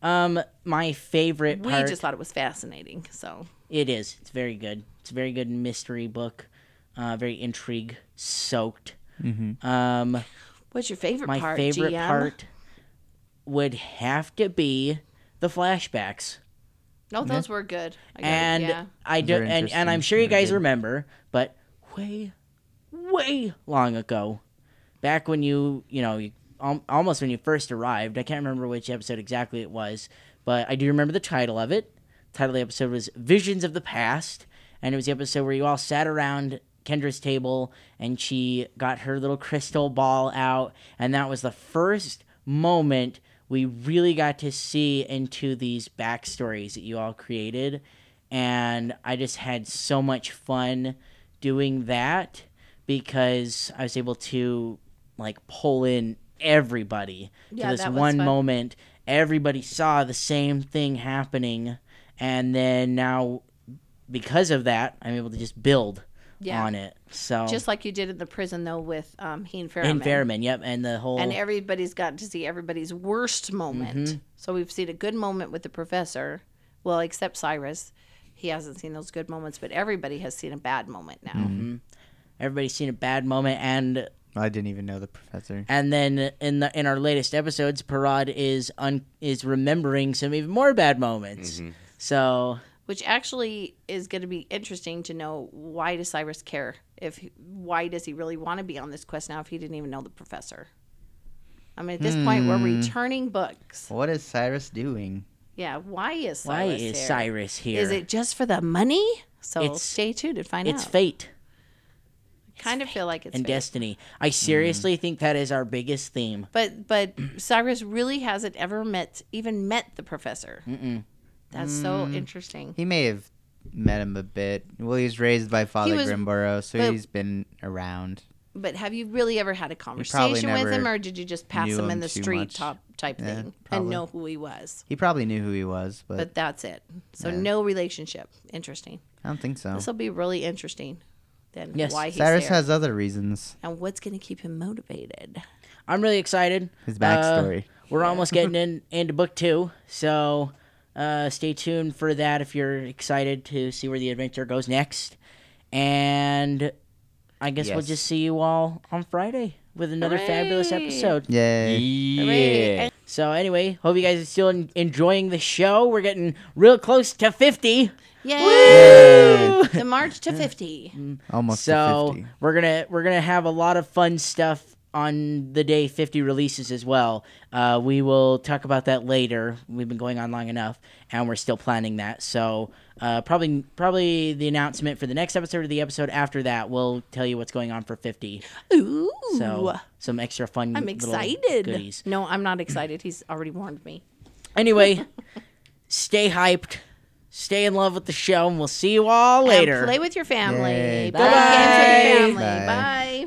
A: um my favorite
C: we
A: part
C: just thought it was fascinating so
A: It is. It's very good. It's a very good mystery book. Uh, very intrigue soaked.
E: Mm-hmm.
A: Um,
C: what's your favorite
A: my
C: part
A: favorite
C: GM?
A: part would have to be the flashbacks,
C: no those were good I got it,
A: and
C: yeah.
A: I do,
E: They're
A: and, and I'm
E: interesting.
A: sure you
E: They're
A: guys
E: good.
A: remember, but way, way long ago, back when you you know you, al- almost when you first arrived. I can't remember which episode exactly it was, but I do remember the title of it. The title of the episode was "Visions of the Past," and it was the episode where you all sat around Kendra's table and she got her little crystal ball out, and that was the first moment we really got to see into these backstories that you all created. And I just had so much fun doing that because I was able to like pull in everybody
C: Yeah,
A: to this
C: that was
A: one
C: fun.
A: moment. Everybody saw the same thing happening, and then now because of that, I'm able to just build
C: Yeah.
A: on it. So
C: just like you did in the prison though with um he
A: in
C: and Ferriman.
A: Fairman, yep, and the whole
C: and
A: Mm-hmm.
C: everybody's gotten to see everybody's worst moment. So we've seen a good moment with the professor. Well, except Cyrus. He hasn't seen those good moments, but everybody has seen a bad moment now.
A: Mm-hmm. Everybody's seen a bad moment, and
E: I didn't even know the professor.
A: and then in the in our latest episodes, Parad is un, is remembering some even more bad moments. So
C: Which actually is going to be interesting to know why does Cyrus care? If why does he really want to be on this quest now if he didn't even know the professor? I mean, at this point, we're
A: Hmm.
C: returning books.
E: What is Cyrus doing?
C: Yeah, why is
A: why
C: Cyrus
A: is
C: here?
A: Cyrus here?
C: Is it just for the money? So
A: It's-
C: stay tuned and find
A: it's
C: out.
A: fate
C: kind of feel like it's
A: and
C: fate.
A: destiny.
E: Mm-hmm.
A: I seriously think that is our biggest theme.
C: But but Cyrus really hasn't ever met even met the professor. That's so
E: Mm.
C: interesting.
E: He may have met him a bit. Well, he was raised by Father
C: was-
E: Grimborough, so
C: but-
E: he's been around.
C: But have you really ever had a conversation with
E: never
C: him, or did you just pass
E: knew
C: him, in
E: him
C: the
E: too
C: street
E: much.
C: top type
E: Yeah,
C: thing and
E: probably.
C: know who he was?
E: He probably knew who he was, but,
C: But that's it. So no relationship. Interesting.
E: I don't think so.
C: This will be really interesting. Then
A: Yes.
C: why he's
E: Cyrus
C: there
E: has other reasons.
C: and what's going to keep him motivated?
A: I'm really excited.
E: His
A: Uh,
E: backstory.
A: we're almost getting in into book two, so uh, stay tuned for that if you're excited to see where the adventure goes next. And I guess we'll
E: Yes.
A: just see you all on Friday with another fabulous
C: Hooray.
A: episode.
E: Yay.
B: Yeah.
A: So anyway, hope you guys are still en- enjoying the show. We're getting real close to 50.
C: Yay! The march to fifty.
E: Almost to
A: so
E: 50.
A: we're gonna we're gonna have a lot of fun stuff on the day 50 releases as well uh, we will talk about that later we've been going on long enough and we're still planning that so uh, probably probably the announcement for the next episode or the episode after that will tell you what's going on for 50
C: Ooh.
A: so some extra fun
C: I'm
A: little
C: excited.
A: goodies.
C: No, I'm not excited. He's already warned me.
A: anyway stay hyped stay in love with the show and we'll see you all later
C: And play with your family.
E: Yay.
C: Build up games with your
E: Bye.
C: family. Bye.